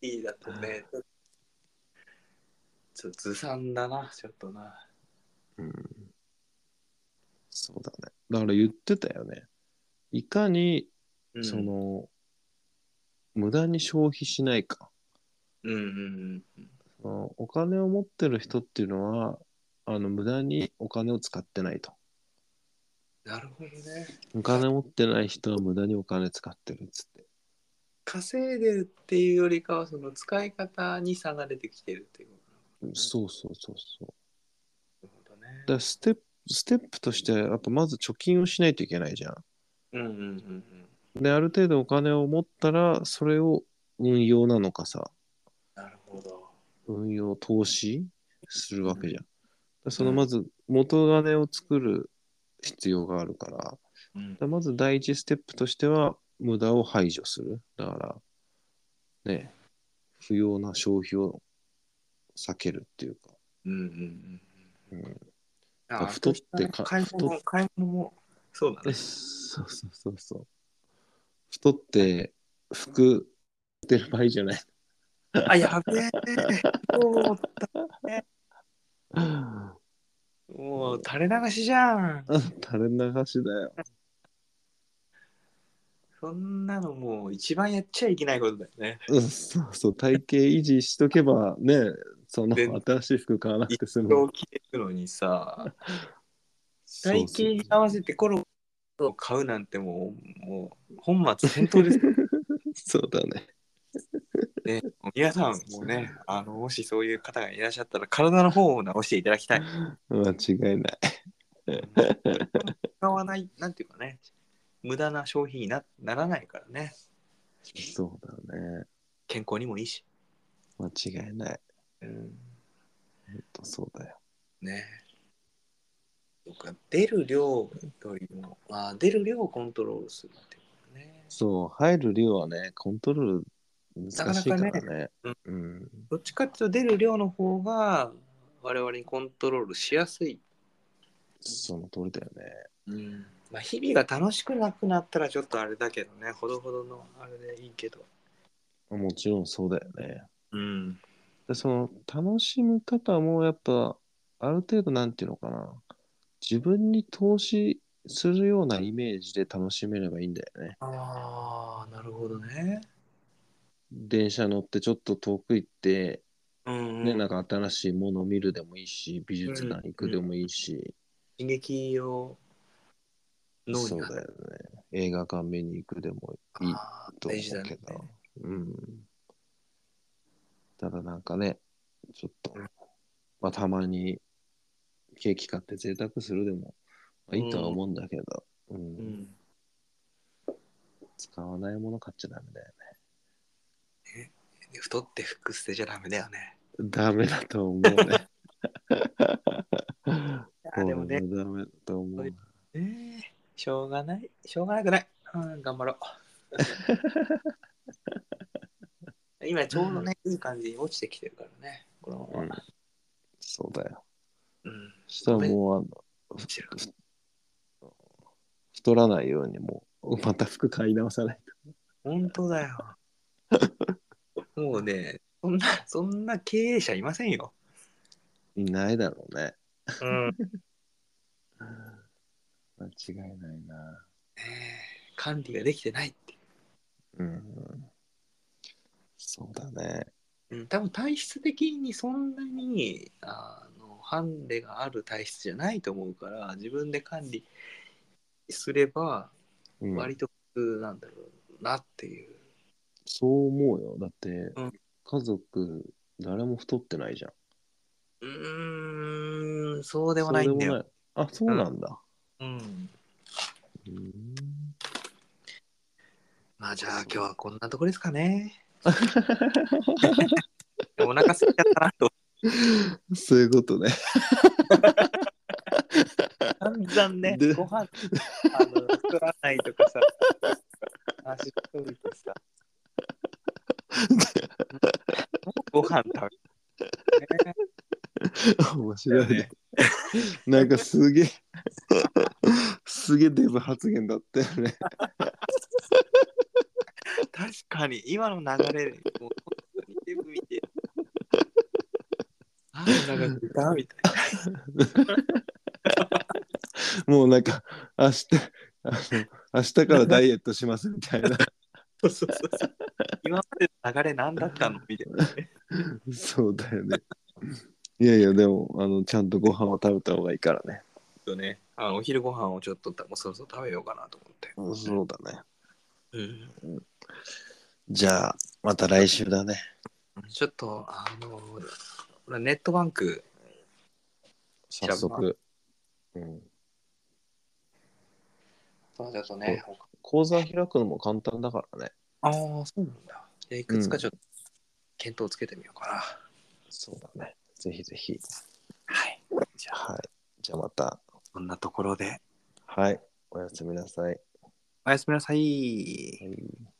Speaker 2: いいだとね、ちょっとずさんだな、ちょっとな。
Speaker 1: うん。そうだね。だから言ってたよね。いかに、
Speaker 2: うん、
Speaker 1: そ、の、無駄に消費しないか。
Speaker 2: うんうんうん。
Speaker 1: そのお金を持ってる人っていうのは、あの、無駄にお金を使ってないと。
Speaker 2: なるほどね。
Speaker 1: お金持ってない人は無駄にお金使ってるっつって。
Speaker 2: 稼いでるっていうよりかは、その使い方に差が出てきてるっていうこ
Speaker 1: うんそうそうそうそう。
Speaker 2: となるほどね
Speaker 1: だからステップ、ステップとしては、やっぱまず貯金をしないといけないじゃん。
Speaker 2: うんうんうんうん。
Speaker 1: で、ある程度お金を持ったら、それを運用なのかさ、
Speaker 2: なるほど。
Speaker 1: 運用投資するわけじゃん。そのまず元金を作る必要があるから、だか
Speaker 2: うん
Speaker 1: らまず第一ステップとしては無駄を排除する。だから、ね、不要な消費を避けるっていうか。
Speaker 2: うんうん
Speaker 1: うん
Speaker 2: うん。
Speaker 1: あ太ってか
Speaker 2: 買い物も、
Speaker 1: 太
Speaker 2: 買い物も、そうだね。
Speaker 1: そうそうそうそう。太って服売ってる場合じゃ ない。
Speaker 2: あ、やべえ。もう、もう垂れ流しじゃん。
Speaker 1: 垂れ流しだよ。
Speaker 2: そんなのもう一番やっちゃいけないことだよね。
Speaker 1: うん、そうそう、体型維持しとけばね、その
Speaker 2: 全
Speaker 1: 新しい服買わなくて済む。
Speaker 2: を着てるのにさ、
Speaker 1: そう
Speaker 2: 体型に合わせてコロを買うなんてもう、もう本末転倒です
Speaker 1: そうそうだね。
Speaker 2: ね。もう皆さんもね、あの、もしそういう方がいらっしゃったら、体の方を直していただき たい。
Speaker 1: 間違いない。
Speaker 2: 使わない、なんていうかね、無駄な消費になならないからね。
Speaker 1: そうだね。
Speaker 2: 健康にもいいし。
Speaker 1: 間違いない。
Speaker 2: うん、
Speaker 1: ほんとそうだよ。
Speaker 2: ね。そうか出る量よりも、まあ、出る量をコントロールするっていうことね。
Speaker 1: そう、入る量はね、コントロール難しいからね。
Speaker 2: なかなね
Speaker 1: うん。
Speaker 2: どっちかっていうと出る量の方が我々にコントロールしやすい。
Speaker 1: その通りだよね。
Speaker 2: うんまあ、日々が楽しくなくなったらちょっとあれだけどね、ほどほどのあれでいいけど。
Speaker 1: もちろんそうだよね。
Speaker 2: うん。
Speaker 1: でその楽しみ方もやっぱある程度なんていうのかな自分に投資するようなイメージで楽しめればいいんだよね。
Speaker 2: ああ、なるほどね。
Speaker 1: 電車乗ってちょっと遠く行って、
Speaker 2: うん、
Speaker 1: ね、なんか新しいものを見るでもいいし美術館行くでもいいし、
Speaker 2: 刺激を脳
Speaker 1: そう
Speaker 2: に
Speaker 1: だよね映画館見に行くでもいい
Speaker 2: あー
Speaker 1: と思
Speaker 2: 大事だ
Speaker 1: うけ
Speaker 2: ね
Speaker 1: ど、。うん、ただなんかねちょっと、まあ、たまにケーキ買って贅沢するでも、まあ、いいとは思うんだけど、うん
Speaker 2: うん、
Speaker 1: 使わないもの買っちゃダメだよね
Speaker 2: 太って服捨てちゃダメだよね。
Speaker 1: ダメだと 思うね
Speaker 2: あでもね
Speaker 1: 俺、ダメだと思うな
Speaker 2: ねしょうがない、しょうがなくない。うん、頑張 ろう。今ちょうどね、いい感じに落ちてきてるからね。このま
Speaker 1: うん
Speaker 2: ま。
Speaker 1: そうだよ
Speaker 2: うん。
Speaker 1: したらもうあの
Speaker 2: 落ちる
Speaker 1: 太らないようにもうまた服買い直さない
Speaker 2: 本当 だよ。もうね、そんな、そんな経営者いませんよ。
Speaker 1: といないだろうね
Speaker 2: うん。
Speaker 1: 間違いないな
Speaker 2: 管理ができてないって。
Speaker 1: うんそうだね
Speaker 2: うん、多分体質的にそんなにあのハンデがある体質じゃないと思うから自分で管理すれば
Speaker 1: うん
Speaker 2: 割と普通なんだろうなっていう、
Speaker 1: そう思うよだって、
Speaker 2: ん
Speaker 1: 家族誰も太ってないじゃん
Speaker 2: うーんそうでもないん
Speaker 1: そ
Speaker 2: だ
Speaker 1: うでも
Speaker 2: よ
Speaker 1: ないあそうなんだ、
Speaker 2: うん
Speaker 1: うん
Speaker 2: まあじゃあ今日はこんなとこですかねお腹すいちゃったなと
Speaker 1: そういうことね
Speaker 2: 散々ね
Speaker 1: で
Speaker 2: ご飯あの作らないとかさ 話しといてさご飯食べて、ね
Speaker 1: 面白いねなんかすげえすげえデブ発言だったよね
Speaker 2: 確かに今の流れもう本当に全部見てああなんか歌うみた い
Speaker 1: もうなんか明日あの明日からダイエットしますみたいな
Speaker 2: なそうそうそう今までの流れ何だったのみたいなね
Speaker 1: そうだよねいやいやでもあのちゃんとご飯を食べた方がいいからね
Speaker 2: ちょっとねあのお昼ご飯をちょっとたもうそろそろ食べようかなと思って、
Speaker 1: そうだね
Speaker 2: うん、
Speaker 1: じゃあまた来週だね
Speaker 2: ちょっとあの俺ネットバンク
Speaker 1: 早速、うん、
Speaker 2: そうだと
Speaker 1: ね講座開くのも簡単だからね
Speaker 2: ああそうなんだじゃあいくつかちょっと検討つけてみようかな、
Speaker 1: そうだねぜひぜひ
Speaker 2: はいじゃあ
Speaker 1: はいじゃあまた
Speaker 2: こんなところで
Speaker 1: はいおやすみなさい、
Speaker 2: おやすみなさい
Speaker 1: はい